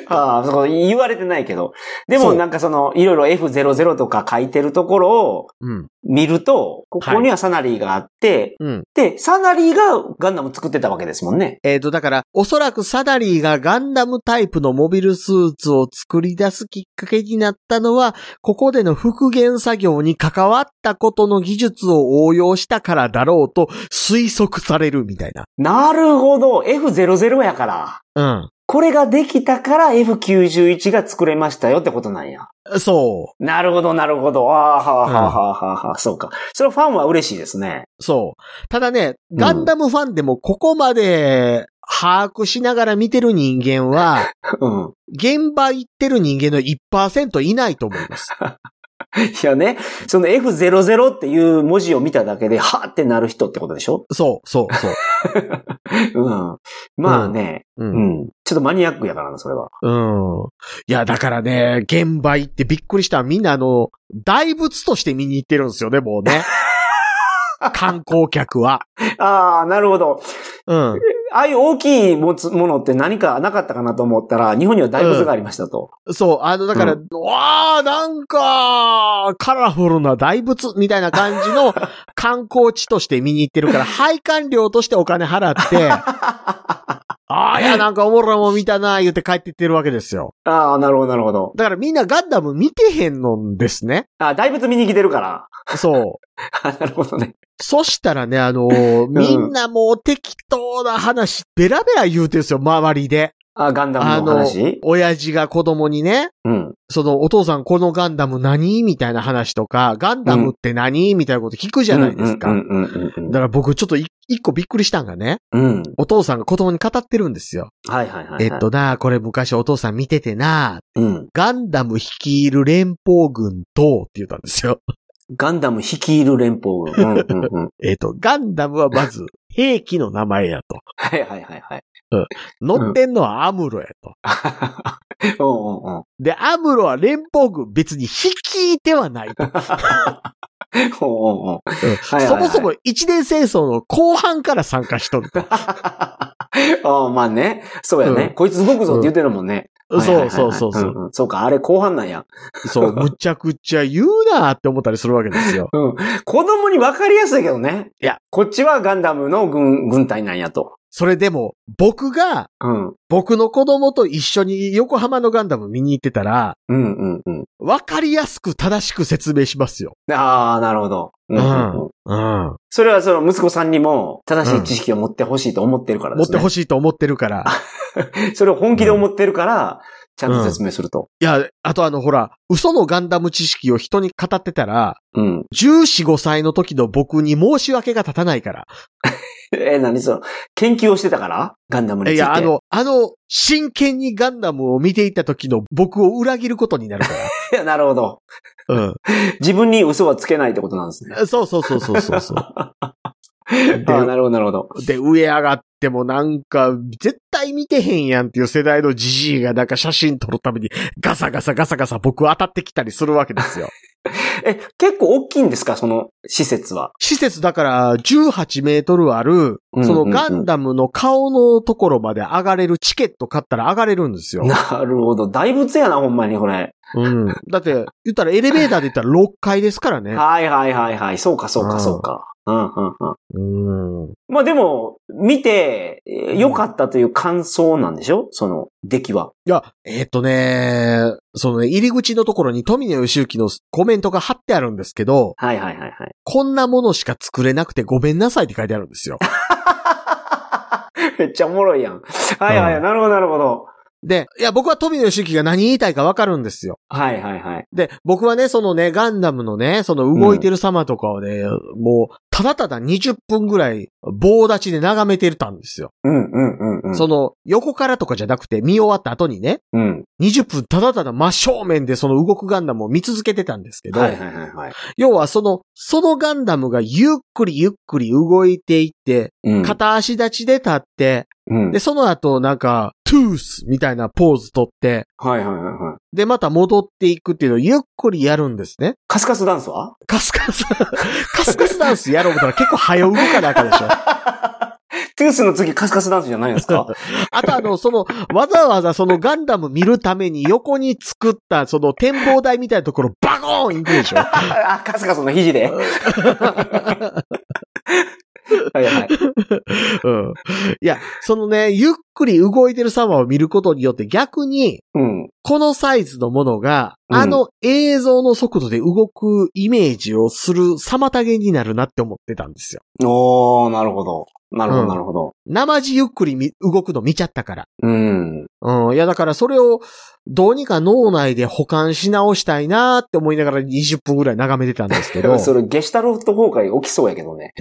[SPEAKER 2] ああ、そこ言われてないけど。でも、
[SPEAKER 1] そう
[SPEAKER 2] なんかその、いろいろ F00 とか書いてるところを
[SPEAKER 1] うん。
[SPEAKER 2] 見ると、ここにはサナリーがあって、
[SPEAKER 1] うん。
[SPEAKER 2] で、サナリーがガンダム作ってたわけですもんね。
[SPEAKER 1] えっ、と、だから、おそらくサダリーがガンダムタイプのモビルスーツを作り出すきっかけになったのは、ここでの復元作業に関わったことの技術を応用したからだろうと推測されるみたいな。
[SPEAKER 2] なるほど。F00 やから。これができたから F91 が作れましたよってことなんや。
[SPEAKER 1] うん。そ
[SPEAKER 2] なるほど、なるほど。ああ、はあ、はあ、はあ、はあ、はあ、そうか。それはファンは嬉しいですね。
[SPEAKER 1] う。そう。ただね、ガンダムファンでもここまで把握しながら見てる人間は、
[SPEAKER 2] うん。
[SPEAKER 1] 現場行ってる人間の1%いないと思います。
[SPEAKER 2] いやね、その F00 っていう文字を見ただけで、はあってなる人ってことでしょ
[SPEAKER 1] そう、そう、そう。
[SPEAKER 2] うん。まあね、
[SPEAKER 1] う
[SPEAKER 2] うんん、ちょっとマニアックやからな、それは。
[SPEAKER 1] うん。いや、だからね、現場行ってびっくりした。みんなあの、大仏として見に行ってるんですよね、もうね。観光客は。
[SPEAKER 2] ああ、なるほど。
[SPEAKER 1] うん。
[SPEAKER 2] ああいう大きいもつものって何かなかったかなと思ったら、日本には大仏がありましたと。
[SPEAKER 1] そう、あの、だから、
[SPEAKER 2] う
[SPEAKER 1] わあ、なんか、カラフルな大仏みたいな感じの観光地として見に行ってるから、配管料としてお金払って、ああ、いや、なんかおもろいもん見たな、言って帰ってってるわけですよ。
[SPEAKER 2] ああ、なるほど、なるほど。
[SPEAKER 1] だからみんなガンダム見てへんのんですね。
[SPEAKER 2] ああ、大仏見に来てるから。
[SPEAKER 1] そう。
[SPEAKER 2] あなるほどね。
[SPEAKER 1] そしたらね、あのーみんなもう適当な話、ベラベラ言うてるんですよ、周りで。
[SPEAKER 2] ああガンダムの話
[SPEAKER 1] 親父が子供にね、
[SPEAKER 2] うん。
[SPEAKER 1] その、お父さんこのガンダム何みたいな話とか、ガンダムって何みたいなこと聞くじゃないですか。
[SPEAKER 2] うん、うん、うんうん
[SPEAKER 1] だから僕ちょっとい一個びっくりしたんがね、
[SPEAKER 2] うん。うん。
[SPEAKER 1] お父さんが子供に語ってるんですよ。
[SPEAKER 2] はいはいはいはい。
[SPEAKER 1] えっとな、これ昔お父さん見ててな、
[SPEAKER 2] うん。
[SPEAKER 1] ガンダム率いる連邦軍と、って言ったんですよ。
[SPEAKER 2] ガンダム率いる連邦軍。うんうんうん。
[SPEAKER 1] えっと、ガンダムはまず、兵器の名前やと。
[SPEAKER 2] はいはいはいはい。
[SPEAKER 1] 乗ってんのはアムロやと。
[SPEAKER 2] うんうんうん。
[SPEAKER 1] で、アムロは連邦軍別に率いては ないと。
[SPEAKER 2] おうおうお うはいはいはい
[SPEAKER 1] そもそも一年戦争の後半から参加しと ると。
[SPEAKER 2] ああ、まあね。そうやね。
[SPEAKER 1] うん
[SPEAKER 2] こいつ動くぞって言ってるもんね。はいはい
[SPEAKER 1] そ
[SPEAKER 2] は
[SPEAKER 1] う
[SPEAKER 2] い
[SPEAKER 1] そうそうそ
[SPEAKER 2] ん
[SPEAKER 1] う。
[SPEAKER 2] んそうか、あれ後半なんや。
[SPEAKER 1] そう、むちゃくちゃ言うなーって思ったりするわけです よ。
[SPEAKER 2] うん。子供に分かりやすいけどね。
[SPEAKER 1] いや。
[SPEAKER 2] こっちはガンダムの軍、軍隊なんやと。
[SPEAKER 1] それでも、僕が、
[SPEAKER 2] うん。
[SPEAKER 1] 僕の子供と一緒に横浜のガンダム見に行ってたら、
[SPEAKER 2] うんうんうん。
[SPEAKER 1] わかりやすく正しく説明しますよ。
[SPEAKER 2] ああ、なるほど。うんうんうん。
[SPEAKER 1] うん。
[SPEAKER 2] それはその息子さんにも正しい知識を持ってほしいと思ってるから
[SPEAKER 1] 持
[SPEAKER 2] で
[SPEAKER 1] っ
[SPEAKER 2] す
[SPEAKER 1] て
[SPEAKER 2] ね。
[SPEAKER 1] ほしいと思ってるから。
[SPEAKER 2] それを本気で思ってるから、ちゃんと説明すると。
[SPEAKER 1] いや、あとあの、ほら、嘘のガンダム知識を人に語ってたら、
[SPEAKER 2] うん。
[SPEAKER 1] 14、5歳の時の僕に申し訳が立たないから。
[SPEAKER 2] えー、何その、研究をしてたからガンダムについ
[SPEAKER 1] い
[SPEAKER 2] て。
[SPEAKER 1] や、あ、の、あの、真剣にガンダムを見ていた時の僕を裏切ることになるか
[SPEAKER 2] いや、なるほど。
[SPEAKER 1] ら。
[SPEAKER 2] 自分に嘘はつけないってことなんですね。
[SPEAKER 1] うん。そうそうそうそう そうそ
[SPEAKER 2] ああ、なるほど、なるほど。
[SPEAKER 1] う。で、上上がってもなんか、絶対見てへんやんっていう世代のジ ジイがなんか写真撮るためにガサガサガサガサ僕当たってきたりするわけですよ。
[SPEAKER 2] え、結構大きいんですかその施設は。
[SPEAKER 1] 施設だから18メートルある、
[SPEAKER 2] うん
[SPEAKER 1] その
[SPEAKER 2] うんうん
[SPEAKER 1] ガンダムの顔のところまで上がれるチケット買ったら上がれるんですよ。
[SPEAKER 2] なるほど。大仏やな、ほんまにこれ。
[SPEAKER 1] うん。だって、言ったらエレベーターで言ったら6階ですからね。
[SPEAKER 2] はいはいはいはい。そうかそう
[SPEAKER 1] う
[SPEAKER 2] か
[SPEAKER 1] ん
[SPEAKER 2] そうか。うんうんう
[SPEAKER 1] う
[SPEAKER 2] ん。
[SPEAKER 1] ん。
[SPEAKER 2] まあでも、見て、えー良かったという感想なんでしょその、出来は。
[SPEAKER 1] いや、えーっ、とね、そのね、入り口のところに富野義行のコメントが貼ってあるんですけど、
[SPEAKER 2] はいはいはいはい。
[SPEAKER 1] こんなものしか作れなくてごめんなさいって書いてあるん ですよ。
[SPEAKER 2] めっちゃおもろいやん。はいはい、
[SPEAKER 1] うん
[SPEAKER 2] なるほどなるほど。
[SPEAKER 1] で、いや、僕は富野義行が何言いたいかわかるんですよ。
[SPEAKER 2] はいはいはい。
[SPEAKER 1] で、僕はね、そのね、ガンダムのね、その動いてる様とかをね、もう、ただただ20分ぐらい棒立ちで眺めてたんですよ。
[SPEAKER 2] うんうんうんうん。
[SPEAKER 1] その、横からとかじゃなくて、見終わった後にね、
[SPEAKER 2] うん。
[SPEAKER 1] 20分ただただ真正面でその動くガンダムを見続けてたんですけど、
[SPEAKER 2] はいはいはいはい。
[SPEAKER 1] 要はその、そのガンダムがゆっくりゆっくり動いていって、
[SPEAKER 2] うん。
[SPEAKER 1] 片足立ちで立って、
[SPEAKER 2] うん。
[SPEAKER 1] で、その後なんか、トゥースみたいなポーズとって、
[SPEAKER 2] はいはいはいはい。
[SPEAKER 1] で、また戻っていくっていうのをゆっくりやるんですね。
[SPEAKER 2] カスカスダンスは
[SPEAKER 1] カスカス、 カスカスダンスやろうと思ったら結構早動かなあかんでしょ。
[SPEAKER 2] トゥースの次カスカスダンスじゃないです か
[SPEAKER 1] あとあの、その、わざわざそのガンダム見るために横に作ったその展望台みたいなところバコーン行くでしょ。
[SPEAKER 2] あ、カスカスの肘で。 はいはい。
[SPEAKER 1] うん。いや、そのね、ゆっくり動いてる様を見ることによって逆に、
[SPEAKER 2] うん。
[SPEAKER 1] このサイズのものが、
[SPEAKER 2] うん
[SPEAKER 1] あの映像の速度で動くイメージをする妨げになるなって思ってたんですよ。
[SPEAKER 2] おー、なるほど。なるほ
[SPEAKER 1] う
[SPEAKER 2] ど、
[SPEAKER 1] ん
[SPEAKER 2] なるほど。
[SPEAKER 1] 生地ゆっくりみ動くの見ちゃったから。
[SPEAKER 2] うん。
[SPEAKER 1] うん。いや、だからそれをどうにか脳内で保管し直したいなーって思いながら20分ぐらい眺めてたんですけ
[SPEAKER 2] でも
[SPEAKER 1] ど。
[SPEAKER 2] それ、ゲシュタロフト崩壊起きそうやけどね。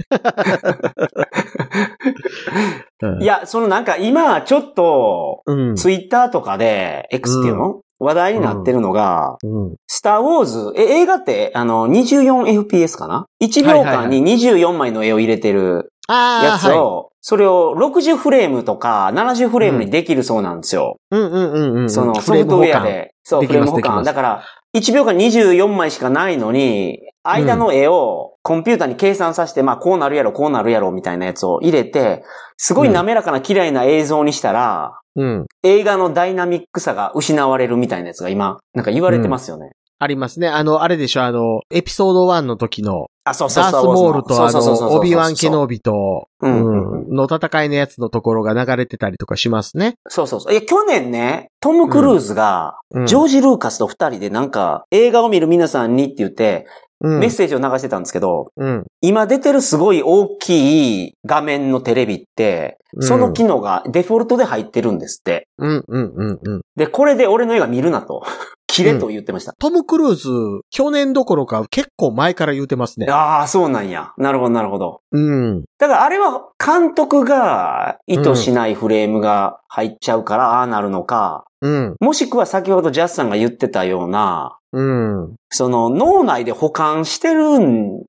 [SPEAKER 1] うん
[SPEAKER 2] いや、そのなんか今、ちょっと、
[SPEAKER 1] うん。
[SPEAKER 2] ツイッターとかで、X っていうの、話題になってるのが、
[SPEAKER 1] うん。
[SPEAKER 2] スターウォーズ、え、映画って、あの、24fps かな ?1 秒間に24枚の絵を入れてるや
[SPEAKER 1] ああ、
[SPEAKER 2] つ
[SPEAKER 1] はい。
[SPEAKER 2] を、それを60フレームとか70フレームにできるそうなんですよ。
[SPEAKER 1] うんうんうんうん。
[SPEAKER 2] その
[SPEAKER 1] フ
[SPEAKER 2] ソ
[SPEAKER 1] レー
[SPEAKER 2] フ
[SPEAKER 1] ム
[SPEAKER 2] トウ
[SPEAKER 1] 保
[SPEAKER 2] ェア
[SPEAKER 1] 管。
[SPEAKER 2] で、そう、
[SPEAKER 1] で
[SPEAKER 2] フ
[SPEAKER 1] き
[SPEAKER 2] レー
[SPEAKER 1] ます
[SPEAKER 2] ム保
[SPEAKER 1] できま
[SPEAKER 2] 管。
[SPEAKER 1] す
[SPEAKER 2] だから、1秒間24枚しかないのに、間の絵をコンピューターに計算させて、まあこうなるやろ、こうなるやろ、みたいなやつを入れて、すごい滑らかな綺麗な映像にしたら、
[SPEAKER 1] うん。
[SPEAKER 2] 映画のダイナミックさが失われるみたいなやつが今、なんか言われてますよね。
[SPEAKER 1] ありますね。あの、あれでしょ、あの、エピソード1の時の、
[SPEAKER 2] あ、そうそう
[SPEAKER 1] ダー
[SPEAKER 2] そう。
[SPEAKER 1] ス・モールとあ
[SPEAKER 2] そうそうそうそう
[SPEAKER 1] の、オビワン・ケノ
[SPEAKER 2] ー
[SPEAKER 1] ービと、
[SPEAKER 2] うん
[SPEAKER 1] うんの戦いのやつのところが流れてたりとかしますね。
[SPEAKER 2] そうそうそう。いや、去年ね、トム・クルーズが、
[SPEAKER 1] うん
[SPEAKER 2] ジョージ・ルーカスと二人でなんか、映画を見る皆さんにって言って、
[SPEAKER 1] うん
[SPEAKER 2] メッセージを流してたんですけど、
[SPEAKER 1] うん。
[SPEAKER 2] 今出てるすごい大きい画面のテレビって、
[SPEAKER 1] うん
[SPEAKER 2] その機能がデフォルトで入ってるんですって。
[SPEAKER 1] うん、うん、うん、うん。
[SPEAKER 2] で、これで俺の映画見るなと。 キレと言ってました。
[SPEAKER 1] トム・クルーズ、去年どころか結構前から言うてますね。
[SPEAKER 2] ああ、そうなんや。なるほど、なるほど。
[SPEAKER 1] うん。
[SPEAKER 2] だからあれは監督が意図しないフレームが入っちゃうから、ああなるのか、
[SPEAKER 1] うん、
[SPEAKER 2] もしくは先ほどジャスさんが言ってたような、
[SPEAKER 1] うん。
[SPEAKER 2] その脳内で保管してる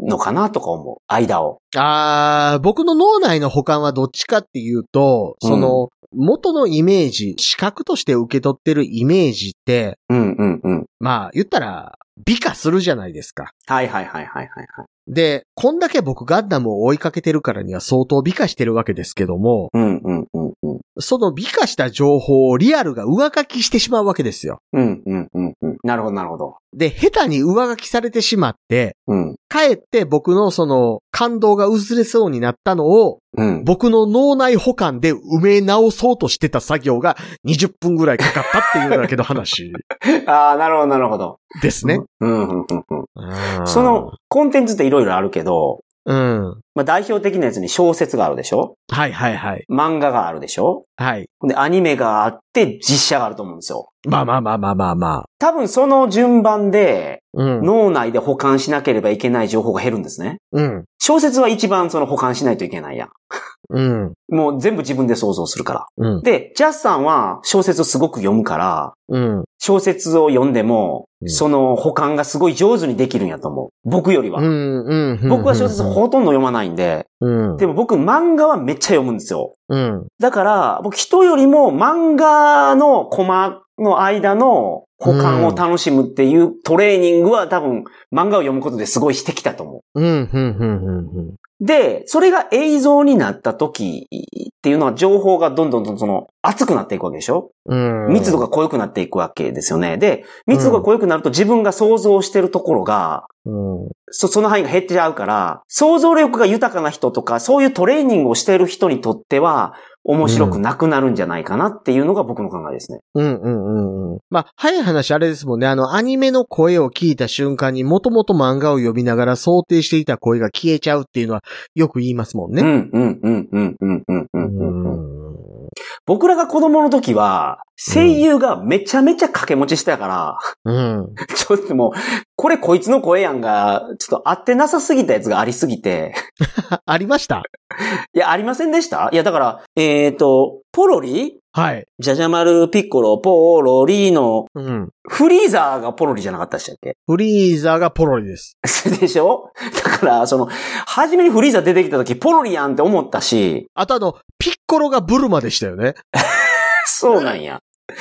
[SPEAKER 2] のかなとか思う。間を。
[SPEAKER 1] あー、僕の脳内の保管はどっちかっていうと、その、元のイメージ、視覚として受け取ってるイメージって、
[SPEAKER 2] うんうんうん。
[SPEAKER 1] まあ、言ったら、美化するじゃないですか。
[SPEAKER 2] はいはいはいはいはい。
[SPEAKER 1] で、こんだけ僕ガンダムを追いかけてるからには相当美化してるわけですけども、
[SPEAKER 2] うんうんうんうん。
[SPEAKER 1] その美化した情報をリアルが上書きしてしまうわけですよ。
[SPEAKER 2] うんうんうんうん。なるほどなるほど。
[SPEAKER 1] で、下手に上書きされてしまって、
[SPEAKER 2] うん。
[SPEAKER 1] かえって僕のその感動が薄れそうになったのを、
[SPEAKER 2] うん。
[SPEAKER 1] 僕の脳内保管で埋め直そうとしてた作業が20分ぐらいかかったっていうだけの話
[SPEAKER 2] ああ、なるほど、なるほど。
[SPEAKER 1] ですね。
[SPEAKER 2] うん、うん、うん、うん。
[SPEAKER 1] あー
[SPEAKER 2] その、、コンテンツっていろいろあるけど、
[SPEAKER 1] うん。
[SPEAKER 2] まあ、代表的なやつに小説があるでしょ
[SPEAKER 1] はいはいはい。
[SPEAKER 2] 漫画があるでしょ
[SPEAKER 1] はい。
[SPEAKER 2] で、アニメがあって、実写があると思うんですよ。
[SPEAKER 1] まあまあまあまあまあまあ。
[SPEAKER 2] 多分その順番で、
[SPEAKER 1] うん。
[SPEAKER 2] 脳内で保管しなければいけない情報が減るんですね。
[SPEAKER 1] うん。
[SPEAKER 2] 小説は一番その保管しないといけないやん。
[SPEAKER 1] うん。
[SPEAKER 2] もう全部自分で想像するから。
[SPEAKER 1] うん。
[SPEAKER 2] で、ジャスさんは小説をすごく読むから、
[SPEAKER 1] うん。
[SPEAKER 2] 小説を読んでも、
[SPEAKER 1] うん
[SPEAKER 2] その保管がすごい上手にできるんやと思う。僕よりは。
[SPEAKER 1] うんうん。
[SPEAKER 2] 僕は小説ほとんど読まないんで、
[SPEAKER 1] うん。
[SPEAKER 2] でも僕漫画はめっちゃ読むんですよ。
[SPEAKER 1] うん。
[SPEAKER 2] だから、僕人よりも漫画のコマの間の保管を楽しむっていうトレーニングは多分漫画を読むことですごいしてきたと思
[SPEAKER 1] うん、うん、うん、うん、うん。
[SPEAKER 2] う。で、それが映像になった時っていうのは情報がどんどんどんどんその熱くなっていくわけでしょ
[SPEAKER 1] うん
[SPEAKER 2] 密度が濃ゆくなっていくわけですよね。で、密度が濃ゆくなると自分が想像してるところが、
[SPEAKER 1] うん。
[SPEAKER 2] そ、その範囲が減っちゃうから、想像力が豊かな人とか、そういうトレーニングをしている人にとっては、面白くなくなるんじゃないかなっていうのが僕の考えですね。
[SPEAKER 1] うんうんうんうん。まあ、早い話あれですもんね。あの、アニメの声を聞いた瞬間に、もともと漫画を読みながら想定していた声が消えちゃうっていうのは、よく言いますもん
[SPEAKER 2] う
[SPEAKER 1] ね。
[SPEAKER 2] ん、うん、うん、うん、うん、うんう、
[SPEAKER 1] うん
[SPEAKER 2] うん。
[SPEAKER 1] ん。
[SPEAKER 2] 僕らが子供の時は、声優がめちゃめちゃ掛け持ちしてたから、
[SPEAKER 1] うん。
[SPEAKER 2] ちょっともう、これこいつの声やんが、ちょっと合ってなさすぎたやつがありすぎて、
[SPEAKER 1] あありました
[SPEAKER 2] いや、ありませんでしたいや、だから、えっ、と、ポロリ
[SPEAKER 1] はい。
[SPEAKER 2] ジャジャマル、ピッコロ、ポロリの、
[SPEAKER 1] うん。
[SPEAKER 2] フリーザーがポロリじゃなかったでしたっけ
[SPEAKER 1] フリーザーがポロリです。
[SPEAKER 2] でしょだから、その、初めにフリーザ出てきた時、ポロリやんって思ったし、
[SPEAKER 1] あとあの、ピッコロがブルマでしたよね。
[SPEAKER 2] そうなんや。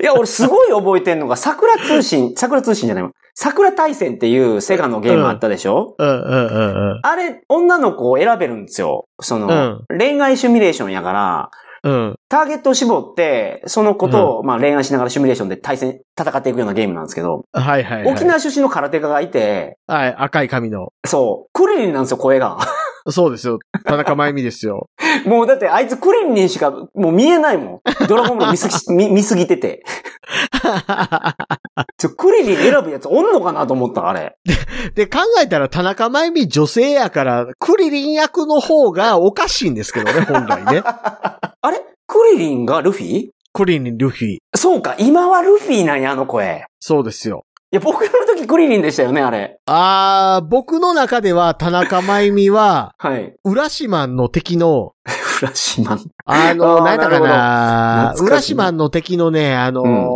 [SPEAKER 2] いや、俺すごい覚えてんのが、桜通信、桜通信じゃないわ桜大戦っていうセガのゲームあったでしょ、
[SPEAKER 1] うんうんうん
[SPEAKER 2] あれ、女の子を選べるんですよ。その、恋愛シミュレーションやから、
[SPEAKER 1] うん。うん。
[SPEAKER 2] ターゲットを絞って、その子と、まあ恋愛しながらシミュレーションで対戦、戦っていくようなゲームなんですけど、
[SPEAKER 1] はいはい、はい。
[SPEAKER 2] 沖縄出身の空手家がいて、
[SPEAKER 1] はい、赤い髪の。
[SPEAKER 2] そう、クリリンなんですよ、声が。
[SPEAKER 1] そうですよ。田中真由美ですよ。
[SPEAKER 2] もうだってあいつクリンリンしかもう見えないもん。ドラゴンボール見す ぎ、見見すぎてて。ちょ、クリリン選ぶやつおんのかなと思った、あれ。
[SPEAKER 1] で、考えたら田中真由美女性やから、クリリン役の方がおかしいんですけ どね、本来ね。
[SPEAKER 2] あれクリリンがルフィ
[SPEAKER 1] クリリン、ルフィ。
[SPEAKER 2] そうか、今はルフィなんや、あの声。
[SPEAKER 1] そうですよ。
[SPEAKER 2] いや、僕らの時クリリンでしたよね、あれ。
[SPEAKER 1] あー、僕の中では田中真由美は、
[SPEAKER 2] はい。
[SPEAKER 1] 浦島の敵の、
[SPEAKER 2] フラッシュマン。
[SPEAKER 1] あの、
[SPEAKER 2] あー
[SPEAKER 1] 何やったか
[SPEAKER 2] なる
[SPEAKER 1] な
[SPEAKER 2] ほど懐
[SPEAKER 1] 浦
[SPEAKER 2] かしい
[SPEAKER 1] 島の敵のね、あのー
[SPEAKER 2] う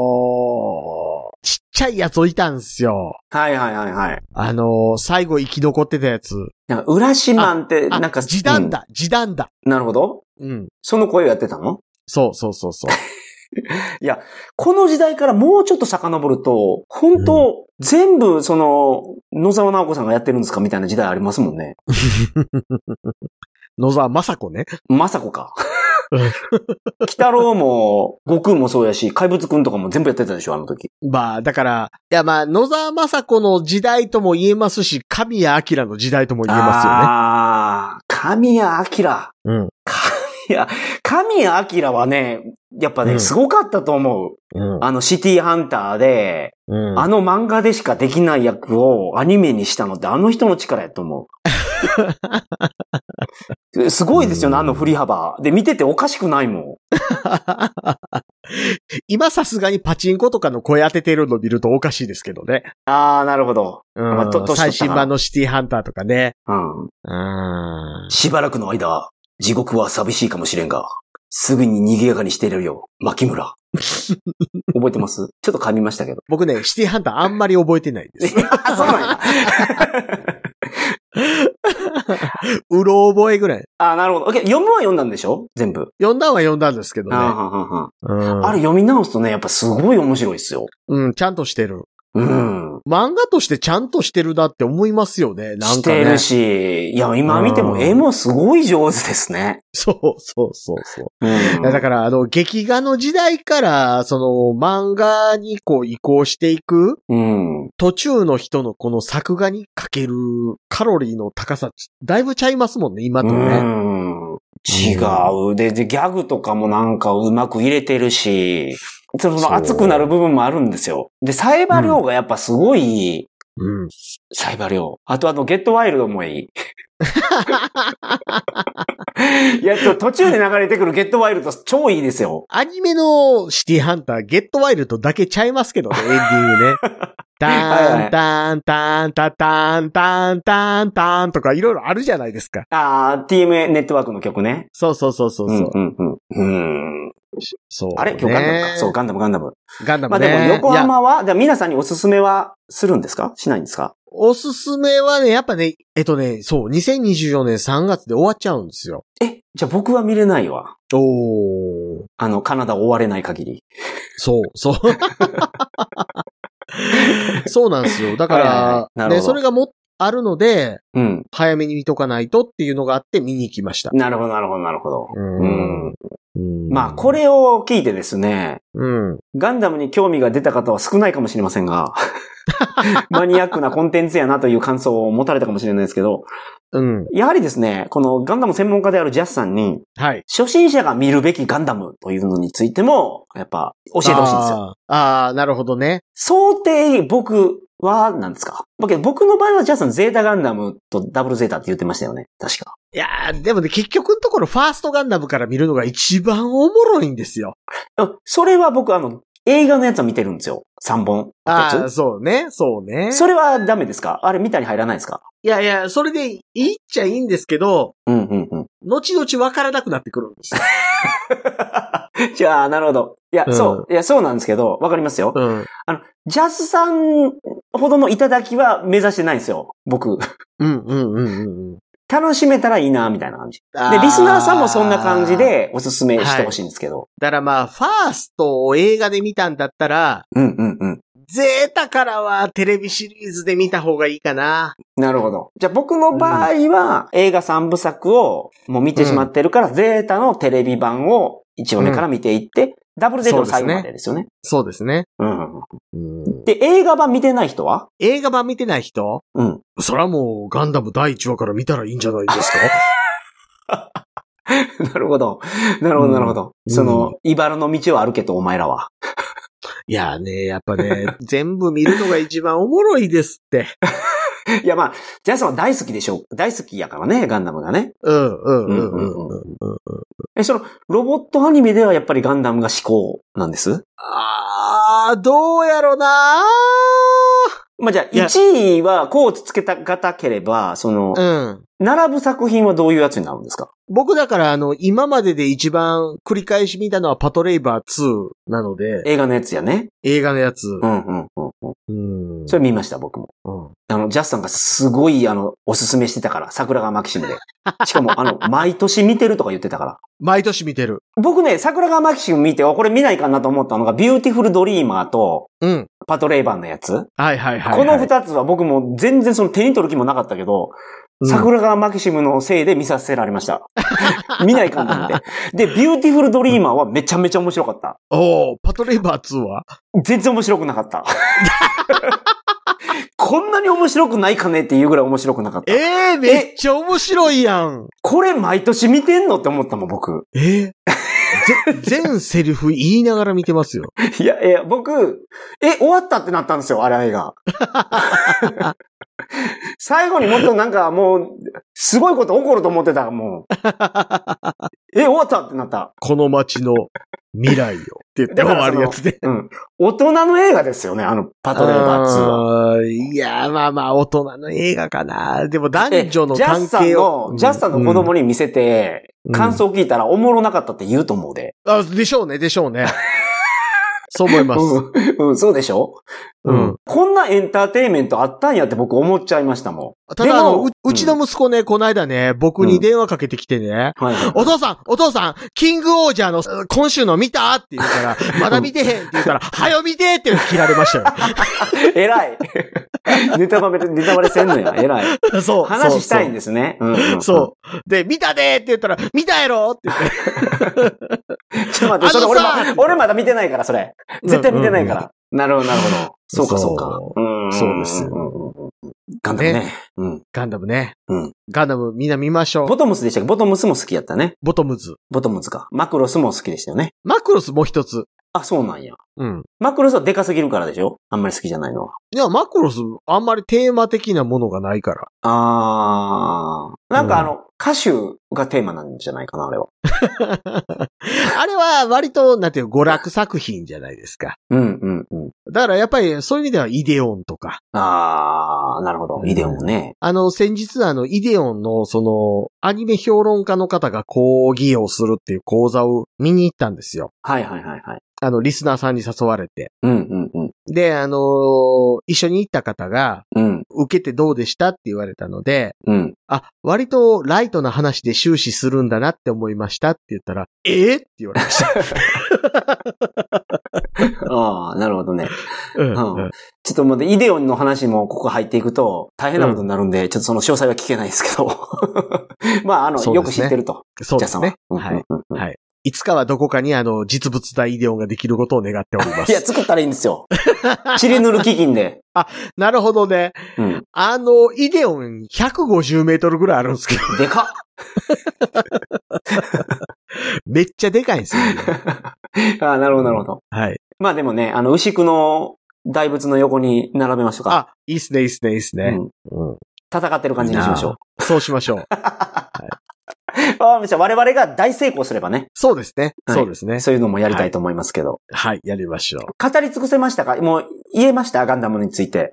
[SPEAKER 1] ちっちゃいやついたんすよ。
[SPEAKER 2] はいはいはいはい。
[SPEAKER 1] あのー最後生き残ってたやつ。
[SPEAKER 2] なんか、浦島ンって、
[SPEAKER 1] あ
[SPEAKER 2] なんか、
[SPEAKER 1] 時短だ、時短だ。
[SPEAKER 2] うんなるほど。
[SPEAKER 1] うん。
[SPEAKER 2] その声をやってたの
[SPEAKER 1] そうそうそうそう。
[SPEAKER 2] この時代からもうちょっと遡ると、本当、全部、その、野沢直子さんがやってるんですかみたいな時代ありますもんね。
[SPEAKER 1] 野沢雅子ね。
[SPEAKER 2] まさこか
[SPEAKER 1] うん。
[SPEAKER 2] 鬼太郎も、悟空もそうやし、怪物くんとかも全部やってたでしょ、あの時。
[SPEAKER 1] まあ、だから、いやまあ、野沢雅子の時代とも言えますし、神谷明の時代とも言えま
[SPEAKER 2] ああ、神谷明。
[SPEAKER 1] すよね。
[SPEAKER 2] 神谷明はね、やっぱね、
[SPEAKER 1] うん
[SPEAKER 2] すごかったと思う。
[SPEAKER 1] うん。
[SPEAKER 2] あの、シティハンターで、
[SPEAKER 1] うん。
[SPEAKER 2] あの漫画でしかできない役をアニメにしたのってあの人の力やと思 う。すごいですよね、あの振り幅。で、見てておかしくないも
[SPEAKER 1] 今さすがにパチンコとかの声当ててるの見るとおかしいですけどね。
[SPEAKER 2] ん。ああ、なるほど。
[SPEAKER 1] うん
[SPEAKER 2] まあと年取ったな
[SPEAKER 1] 最新版のシティハンターとかね。
[SPEAKER 2] うん。
[SPEAKER 1] うん。
[SPEAKER 2] しばらくの間、地獄は寂しいかもしれんが、すぐに賑やかにしていれるよ、牧 村。覚えてますちょっと噛みました けど。
[SPEAKER 1] 僕ね、シティハンターあんまり覚えてないで
[SPEAKER 2] い
[SPEAKER 1] す。
[SPEAKER 2] やそうなんや。
[SPEAKER 1] うろ覚えぐらい。
[SPEAKER 2] ああ、なるほど。読むは読んだんでしょ全部。
[SPEAKER 1] 読んだんは読んだんですけど
[SPEAKER 2] あーは
[SPEAKER 1] ね。
[SPEAKER 2] んはんはん
[SPEAKER 1] うん、
[SPEAKER 2] あれ読み直すとね、やっぱすごい面白いですよ。
[SPEAKER 1] うん、ちゃんとしてる。
[SPEAKER 2] うん。
[SPEAKER 1] 漫画としてちゃんとしてるなって思いますよね。なん
[SPEAKER 2] し
[SPEAKER 1] か
[SPEAKER 2] て
[SPEAKER 1] ね
[SPEAKER 2] る。し、いや、今見て
[SPEAKER 1] う
[SPEAKER 2] も
[SPEAKER 1] ん
[SPEAKER 2] 絵もすごい上手ですね。
[SPEAKER 1] そうそうそうそう。
[SPEAKER 2] うん
[SPEAKER 1] いやだから、あの、劇画の時代から、その、漫画にこう移行していく
[SPEAKER 2] うん。
[SPEAKER 1] 途中の人のこの作画にかけるカロリーの高さ、だいぶちゃいますもんね、今とね。
[SPEAKER 2] うん違う。で、で、ギャグとかもなんかうまく入れてるし、そのそ
[SPEAKER 1] そう
[SPEAKER 2] の熱くなる部分もあるんですよ。で、サイバー量がやっぱすごい、
[SPEAKER 1] うん。
[SPEAKER 2] サイバー量。あとあの、ゲットワイルドもいい。いや、ちょ途中で流れてくるゲットワイルド超いいですよ。
[SPEAKER 1] アニメのシティハンター、ゲットワイルドだけちゃいますけ どね、エンディングね。ターン、ターン、ターン、タターン、ターン、ターン、ターンとかいろいろあるじゃないですか。
[SPEAKER 2] あー、TMA ネットワークの曲ね。
[SPEAKER 1] そうそうそうそうそう。
[SPEAKER 2] うんうんうん。うん。
[SPEAKER 1] そう、
[SPEAKER 2] あれ今日ガンダムか。そう、ガンダム、ガンダム。
[SPEAKER 1] ガンダ
[SPEAKER 2] ま
[SPEAKER 1] ム
[SPEAKER 2] あで
[SPEAKER 1] ね。
[SPEAKER 2] も横
[SPEAKER 1] いや
[SPEAKER 2] 浜は、じゃあ皆さんにおすすめはするんですかしないんですか
[SPEAKER 1] おすすめはね、やっぱね、えっとね、そう、2024年3月で終わっちゃうんですよ。
[SPEAKER 2] え、じゃあ僕は見れないわ。
[SPEAKER 1] おー。
[SPEAKER 2] あの、カナダ終われない限り。
[SPEAKER 1] そう、 そう。そうなんですよ。だか
[SPEAKER 2] はいはいは
[SPEAKER 1] ら
[SPEAKER 2] い、なるほ
[SPEAKER 1] ね、
[SPEAKER 2] ど
[SPEAKER 1] それがも、あるので、
[SPEAKER 2] うん。
[SPEAKER 1] 早めに見とかないとっていうのがあって見に行きました。
[SPEAKER 2] なるほど、なるほど、なるほど。う
[SPEAKER 1] うん
[SPEAKER 2] ん。まあ、こ。れを聞いてですね、
[SPEAKER 1] うん。
[SPEAKER 2] ガンダムに興味が出た方は少ないかもしれません が、マニアックなコンテンツやなという感想を持たれたかもしれないですけど、
[SPEAKER 1] うん。
[SPEAKER 2] やはりですね、このガンダム専門家であるジャスさんに、
[SPEAKER 1] はい。
[SPEAKER 2] 初心者が見るべきガンダムというのについても、やっぱ教えてほしいんですよ。
[SPEAKER 1] あーあー、なるほどね。
[SPEAKER 2] 想定僕は、なんですかだけど僕の場合はジャスさんゼータガンダムとダブルゼータって言ってましたよね。確か。
[SPEAKER 1] いやーでもね、結局のところ、ファーストガンダムから見るのが一番おもろいんですよ。
[SPEAKER 2] あそれは僕あの、映画のやつは見てるんですよ。3本。
[SPEAKER 1] あ
[SPEAKER 2] 一
[SPEAKER 1] あ、そうね、そうね
[SPEAKER 2] つ。それはダメですかあれ見たに入らないですか
[SPEAKER 1] いやいや、それでいいっちゃいいんですけど、
[SPEAKER 2] うんうん うん。
[SPEAKER 1] 後々わからなくなってくるんですよ。
[SPEAKER 2] じゃあ、なるほど。いや、
[SPEAKER 1] うん
[SPEAKER 2] そう。いや、そうなんですけど、わかりますよ。
[SPEAKER 1] うん。
[SPEAKER 2] あの、ジャスさんほどの頂きは目指してないんですよ。僕。
[SPEAKER 1] うん、うん、うんうん、うん。
[SPEAKER 2] 楽しめたらいいな、みたいな感じ。
[SPEAKER 1] あ
[SPEAKER 2] で、リスナーさんもそんな感じ。でおすすめしてほしいんですけど。
[SPEAKER 1] だからまあ、ファーストを映画で見たんだったら、
[SPEAKER 2] うんうんうん。
[SPEAKER 1] ゼータからはテレビシリーズで見た方がいいかな。
[SPEAKER 2] なるほど。じゃあ僕の場合は、映画3部作をもう見てしまってるから、ゼータのテレビ版を1話目から見ていって、ダブルゼータの最後までですよね。
[SPEAKER 1] そうですね。
[SPEAKER 2] うん。
[SPEAKER 1] うん、
[SPEAKER 2] で、映画版見てない人は
[SPEAKER 1] 映画版見てない人
[SPEAKER 2] うん。
[SPEAKER 1] そらもう、ガンダム第1話から見たらいいんじゃないですか
[SPEAKER 2] なるほど。なるほど、なるほど。
[SPEAKER 1] うん
[SPEAKER 2] その、茨の道を歩けと、お前らは。
[SPEAKER 1] いやね、やっぱね、全部見るのが一番おもろいですって。
[SPEAKER 2] いや、まあ、ジャスさんは大好きでしょう。大好きやからね、ガンダムがね。
[SPEAKER 1] うん、うん、うん、
[SPEAKER 2] う
[SPEAKER 1] うんん
[SPEAKER 2] うんう
[SPEAKER 1] うんん。
[SPEAKER 2] え、その、ロボットアニメではやっぱりガンダムが至高なんです
[SPEAKER 1] あー、どうやろな
[SPEAKER 2] まあ、じゃあ、
[SPEAKER 1] いや
[SPEAKER 2] 1位は、こうつけたがたければ、その、
[SPEAKER 1] うん。
[SPEAKER 2] 並ぶ作品はどういうやつになるんですか
[SPEAKER 1] 僕だから、あの、今までで一番繰り返し見たのはパトレイバー2なので、
[SPEAKER 2] 映画のやつやね。
[SPEAKER 1] 映画のやつ。
[SPEAKER 2] うんうんうんうん。
[SPEAKER 1] うん。
[SPEAKER 2] それ見ました、僕も。
[SPEAKER 1] うん
[SPEAKER 2] あの、ジャスさんがすごい、あの、おすすめしてたから、桜川マキシムで。しかも、 あの、毎年見てるとか言ってたから。
[SPEAKER 1] 毎年見てる。
[SPEAKER 2] 僕ね、桜川マキシム見て、あこれ見ないかなと思ったのが、ビューティフルドリーマーと、
[SPEAKER 1] うん。
[SPEAKER 2] パトレイバーのやつ。
[SPEAKER 1] はいはいはい、
[SPEAKER 2] この二つは僕も全然その手に取る気もなかったけど、
[SPEAKER 1] うん
[SPEAKER 2] 桜川マキシムのせいで見させられました。 見ないかんと思って。で、ビューティフルドリーマーはめちゃめちゃ面白かった。
[SPEAKER 1] おーパトレイバー2は
[SPEAKER 2] 全然面白くなかった。 こんなに面白くないかねっていうぐらい面白くなかった。
[SPEAKER 1] えー、めっちゃ面白いやん。
[SPEAKER 2] これ毎年見てんのって思ったもん、僕。
[SPEAKER 1] えぜ全セリフ言いながら見てますよ。
[SPEAKER 2] いや、いや、僕、え、終わったってなったんですよ、あれ 映画。最後にもっとなんかもう、すごいこと起こると思ってた、もう。え、終わったってなった。
[SPEAKER 1] この街の未来を。って言って
[SPEAKER 2] だから
[SPEAKER 1] 終
[SPEAKER 2] その
[SPEAKER 1] わるやつで。
[SPEAKER 2] うん。大人の映画ですよね、あの、パトレーバー2は。
[SPEAKER 1] あーいや、まあまあ、大人の映画かな。でも男女の
[SPEAKER 2] ジャ
[SPEAKER 1] 関
[SPEAKER 2] スさん
[SPEAKER 1] 係
[SPEAKER 2] の
[SPEAKER 1] を。、
[SPEAKER 2] ジャスさんの子供に見せて、
[SPEAKER 1] うん
[SPEAKER 2] 感想聞いたらおもろなかったって言うと思うで。
[SPEAKER 1] うんあ、でしょうね、でしょうね。 そう思います。
[SPEAKER 2] うん、うん、そうでしょ
[SPEAKER 1] うん。
[SPEAKER 2] こんなエンターテインメントあったんやって僕思っちゃいましたも
[SPEAKER 1] ただ、あ
[SPEAKER 2] で
[SPEAKER 1] の
[SPEAKER 2] も
[SPEAKER 1] う、うちの息子ね、こないだね、僕に電話かけてきてね、
[SPEAKER 2] ん。はい。
[SPEAKER 1] お父さん、お父さん、キングオージャーのうん今週の見たって言う から、まだ見てへんって言ったら、はよ見てって切られましたよ。
[SPEAKER 2] えら い。ネタバレ、ネタバレせんのや。えらい。
[SPEAKER 1] そう。
[SPEAKER 2] 話したいん
[SPEAKER 1] で
[SPEAKER 2] ですね。うんうん
[SPEAKER 1] そう。で、見たでって言ったら、見たやろって言って。
[SPEAKER 2] うん。ちょっと待って、それ
[SPEAKER 1] あの
[SPEAKER 2] 俺
[SPEAKER 1] さ
[SPEAKER 2] ま、俺まだ見てないから、それ。絶対見てないから。なるほど、なるほど。そうか、そうか
[SPEAKER 1] そ。
[SPEAKER 2] うんんん
[SPEAKER 1] そうですよ
[SPEAKER 2] んうんうんガンダムね。うん。
[SPEAKER 1] ガンダムね。
[SPEAKER 2] うん
[SPEAKER 1] ガンダムみんな見ましょう。
[SPEAKER 2] ボトムスでしたっけボトムスも好きやったね。
[SPEAKER 1] ボトムズ。
[SPEAKER 2] ボトムスか。マクロスも好きでしたよね。
[SPEAKER 1] マクロスもう一つ。
[SPEAKER 2] あ、そうなんや。
[SPEAKER 1] うん。
[SPEAKER 2] マクロスはデカすぎるからでしょあんまり好きじゃないのは。
[SPEAKER 1] いや、マクロス、あんまりテーマ的なものがないから。
[SPEAKER 2] あー。なんかあ
[SPEAKER 1] うん
[SPEAKER 2] の、歌手がテーマなんじゃないかな、あれは。
[SPEAKER 1] あれは割と、なんていう、娯楽作品じゃないですか。
[SPEAKER 2] うん、うん、うん。
[SPEAKER 1] だからやっぱりそういう意味ではイデオンとか、
[SPEAKER 2] あー、なるほど。イデオンね。
[SPEAKER 1] あの、先日あの、の、イデオンの、その、アニメ評論家の方が講義をするっていう講座を見に行ったんですよ。
[SPEAKER 2] はいはいはいはい。
[SPEAKER 1] あの、リスナーさんに誘われて。
[SPEAKER 2] うんうんうん。
[SPEAKER 1] で、あの一緒に行った方が、
[SPEAKER 2] うん
[SPEAKER 1] 受けてどうでしたって言われたので、
[SPEAKER 2] うん。
[SPEAKER 1] あ、割とライトな話で終始するんだなって思いましたって言ったら、えーって言われました。
[SPEAKER 2] ああ、なるほど ね。
[SPEAKER 1] うん
[SPEAKER 2] うんちょっと待って、イデオンの話もここ入っていくと大変なことになるんで、ちょっとその詳細は聞けないですけど。 まあ、あの、
[SPEAKER 1] そう
[SPEAKER 2] よ
[SPEAKER 1] で
[SPEAKER 2] く
[SPEAKER 1] すね
[SPEAKER 2] 知ってると。
[SPEAKER 1] そう
[SPEAKER 2] ジ
[SPEAKER 1] で
[SPEAKER 2] ャ
[SPEAKER 1] す
[SPEAKER 2] さんは
[SPEAKER 1] ね。。
[SPEAKER 2] うんうん
[SPEAKER 1] はい。
[SPEAKER 2] うんうん
[SPEAKER 1] はいいつかはどこかにあの、実物大イデオンができることを願っておりま
[SPEAKER 2] いや、
[SPEAKER 1] す。
[SPEAKER 2] 作ったらいいんです よ。チリ塗る基金で。
[SPEAKER 1] なるほどね。
[SPEAKER 2] うん。
[SPEAKER 1] あの、イデオン150メートルぐらいあるんですけど、
[SPEAKER 2] で かっ
[SPEAKER 1] めっちゃでかいんですよ。
[SPEAKER 2] ああ、なるほど、なるほど。
[SPEAKER 1] はい。
[SPEAKER 2] まあでもね、あの、牛久の大仏の横に並べましょうか。
[SPEAKER 1] あ、いいっすね、いいっすね、いいっすね。
[SPEAKER 2] うん
[SPEAKER 1] うん
[SPEAKER 2] 戦ってる感じにしましょう。
[SPEAKER 1] そうしましょ う。
[SPEAKER 2] ああ、めっちゃ我々が大成功すればね、
[SPEAKER 1] そうですね。
[SPEAKER 2] はい
[SPEAKER 1] そうですね。
[SPEAKER 2] そういうのもやりたいと思いますけど。
[SPEAKER 1] はい、やりましょう。
[SPEAKER 2] 語り尽くせましたかもう言えましたガンダムについて。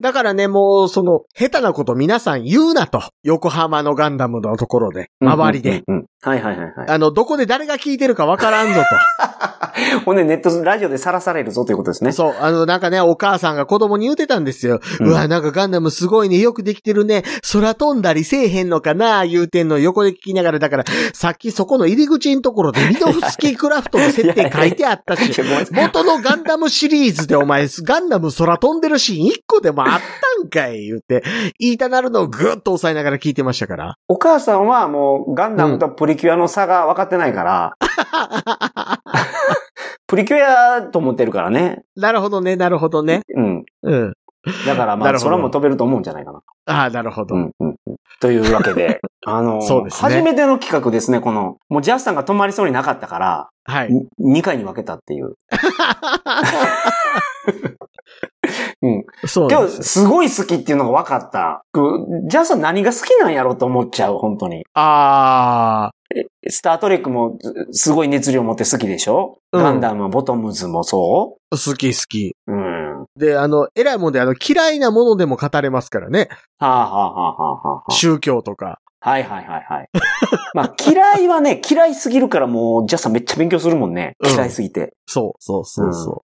[SPEAKER 1] だからね、もう、その、下手なこと皆さん言うなと。横浜のガンダムのところで、周りで。
[SPEAKER 2] うん。うんうんはいはいはいは
[SPEAKER 1] あの、どこで誰が聞いてるかわからんぞ
[SPEAKER 2] い。ほんでネット、ラジオでさらされるぞということです
[SPEAKER 1] と。
[SPEAKER 2] ね。
[SPEAKER 1] そう、あの、なん かね、お母さんが子供に言うてたんですよ。
[SPEAKER 2] うん
[SPEAKER 1] うわ、なんかガンダムすごいね、よくできてるね。空飛んだりせえへんのかな、言うてんの横で聞きながら、だから、さっきそこの入り口のところで、ミドフスキークラフトの設定書いてあった
[SPEAKER 2] い
[SPEAKER 1] し
[SPEAKER 2] や。ごめんなさい
[SPEAKER 1] 元のガンダムシリーズでお前、ガンダム空飛んでるシーン一個でもあったんかい、言うて、言いたなるのをぐっと抑えながら聞いてましたから。
[SPEAKER 2] お母さんはもうガンダムとプリキュアの差が分かってないから、 プリキュアと思ってるからね。
[SPEAKER 1] なるほどね、なるほどね。
[SPEAKER 2] うん。
[SPEAKER 1] うん。
[SPEAKER 2] だからま
[SPEAKER 1] な
[SPEAKER 2] あ
[SPEAKER 1] るほど
[SPEAKER 2] 空も飛べると思うんじゃないかな。
[SPEAKER 1] ああ、なるほど。
[SPEAKER 2] うんうんうんというわ けで、あのー
[SPEAKER 1] そうですね
[SPEAKER 2] 初めての企画ですね、この。もうジャスさんが止まりそうになかったから、
[SPEAKER 1] はい。
[SPEAKER 2] 2回に分けたっ ていう。うん。
[SPEAKER 1] そう
[SPEAKER 2] で
[SPEAKER 1] なん
[SPEAKER 2] も、
[SPEAKER 1] ですよ。
[SPEAKER 2] すごい好きっていうのが分かった。くジャスさん何が好きなんやろうと思っちゃう、本当に。
[SPEAKER 1] ああ、
[SPEAKER 2] スタートレックもずすごい熱量持って好きでしょ、
[SPEAKER 1] うん
[SPEAKER 2] ガンダム、ボトムズもそ
[SPEAKER 1] 好き好き。
[SPEAKER 2] ううん。は
[SPEAKER 1] で、あの、偉いもんで、あの、嫌いなものでも語れますからね。
[SPEAKER 2] あ、はあはあはあは
[SPEAKER 1] 宗教とか。
[SPEAKER 2] あ、はいはいはいはい。まあ嫌いはね、嫌いすぎるからもう、ジャスさんめっちゃ勉強するもんね。
[SPEAKER 1] うん
[SPEAKER 2] 嫌いすぎて。
[SPEAKER 1] そう、そう、そう、そう。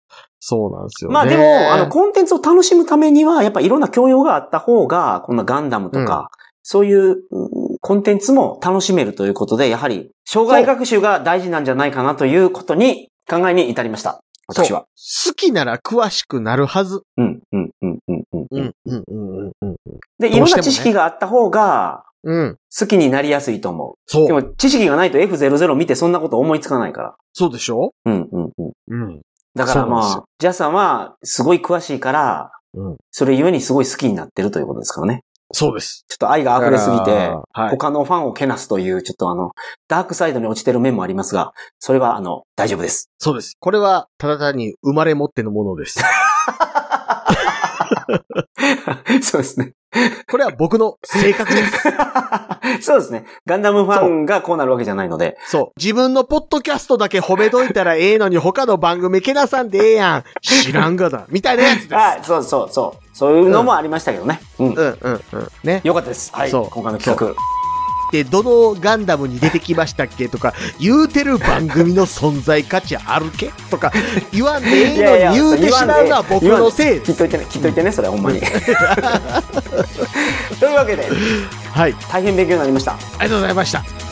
[SPEAKER 1] そうなんですよ、ね。
[SPEAKER 2] まあでも、あの、コンテンツを楽しむためには、やっぱいろんな教養があった方が、こんなガンダムとか、そういううんコンテンツも楽しめるということで、やはり、障害学習が大事なんじゃないかなということに、考えに至りました。私は。
[SPEAKER 1] 好きなら詳しくなるはず。
[SPEAKER 2] うん、うん、うん、うん、うん。
[SPEAKER 1] うん、うん、うん、うん。
[SPEAKER 2] で、い
[SPEAKER 1] どう
[SPEAKER 2] ろ
[SPEAKER 1] んしてもね
[SPEAKER 2] な知識があった方が、
[SPEAKER 1] うん。
[SPEAKER 2] 好きになりやすいと思。
[SPEAKER 1] そう
[SPEAKER 2] で
[SPEAKER 1] う。
[SPEAKER 2] も、知識がないと F00 見てそんなこと思いつかないから。
[SPEAKER 1] そうでしょ
[SPEAKER 2] うん、うん、うん。
[SPEAKER 1] うん。
[SPEAKER 2] だから
[SPEAKER 1] そ
[SPEAKER 2] ま
[SPEAKER 1] うなんです
[SPEAKER 2] あ、ジャスさんは、すごい詳しいから、
[SPEAKER 1] うん
[SPEAKER 2] それゆえにすごい好きになってるということですからね。
[SPEAKER 1] そうです。
[SPEAKER 2] ちょっと愛が溢れすぎ
[SPEAKER 1] だ
[SPEAKER 2] て
[SPEAKER 1] か、らはい。
[SPEAKER 2] 他のファンをけなすという、ちょっとあの、ダークサイドに落ちてる面もありますが、それはあの、大丈夫です。
[SPEAKER 1] そうです。これは、ただ単に生まれ持ってのものです。
[SPEAKER 2] そうですね。
[SPEAKER 1] これは僕の性格です。
[SPEAKER 2] そうですね。ガンダムファンがこうなるわけじゃないので。
[SPEAKER 1] そう。自分のポッドキャストだけ褒めといたらええのに他の番組けなさんでええやん。知らんがだ。みたいなやつです。
[SPEAKER 2] はい、そうそうそう。そういうのもありましたけどね。うん。
[SPEAKER 1] うんうんうん。ね。
[SPEAKER 2] よかったです。はい。
[SPEAKER 1] そう
[SPEAKER 2] 今回の企
[SPEAKER 1] で、どのガンダムに出てきましたっけとか、言うてる番組の存在価値あるけとか、言わんでえ
[SPEAKER 2] いや
[SPEAKER 1] え
[SPEAKER 2] い
[SPEAKER 1] の
[SPEAKER 2] や
[SPEAKER 1] に言うてしまうのは僕のせい
[SPEAKER 2] 画。。きっといてね、きっといてね、それはほ んまに。というわけで、
[SPEAKER 1] はい。あり
[SPEAKER 2] 大変勉強になりました。
[SPEAKER 1] がとうございました。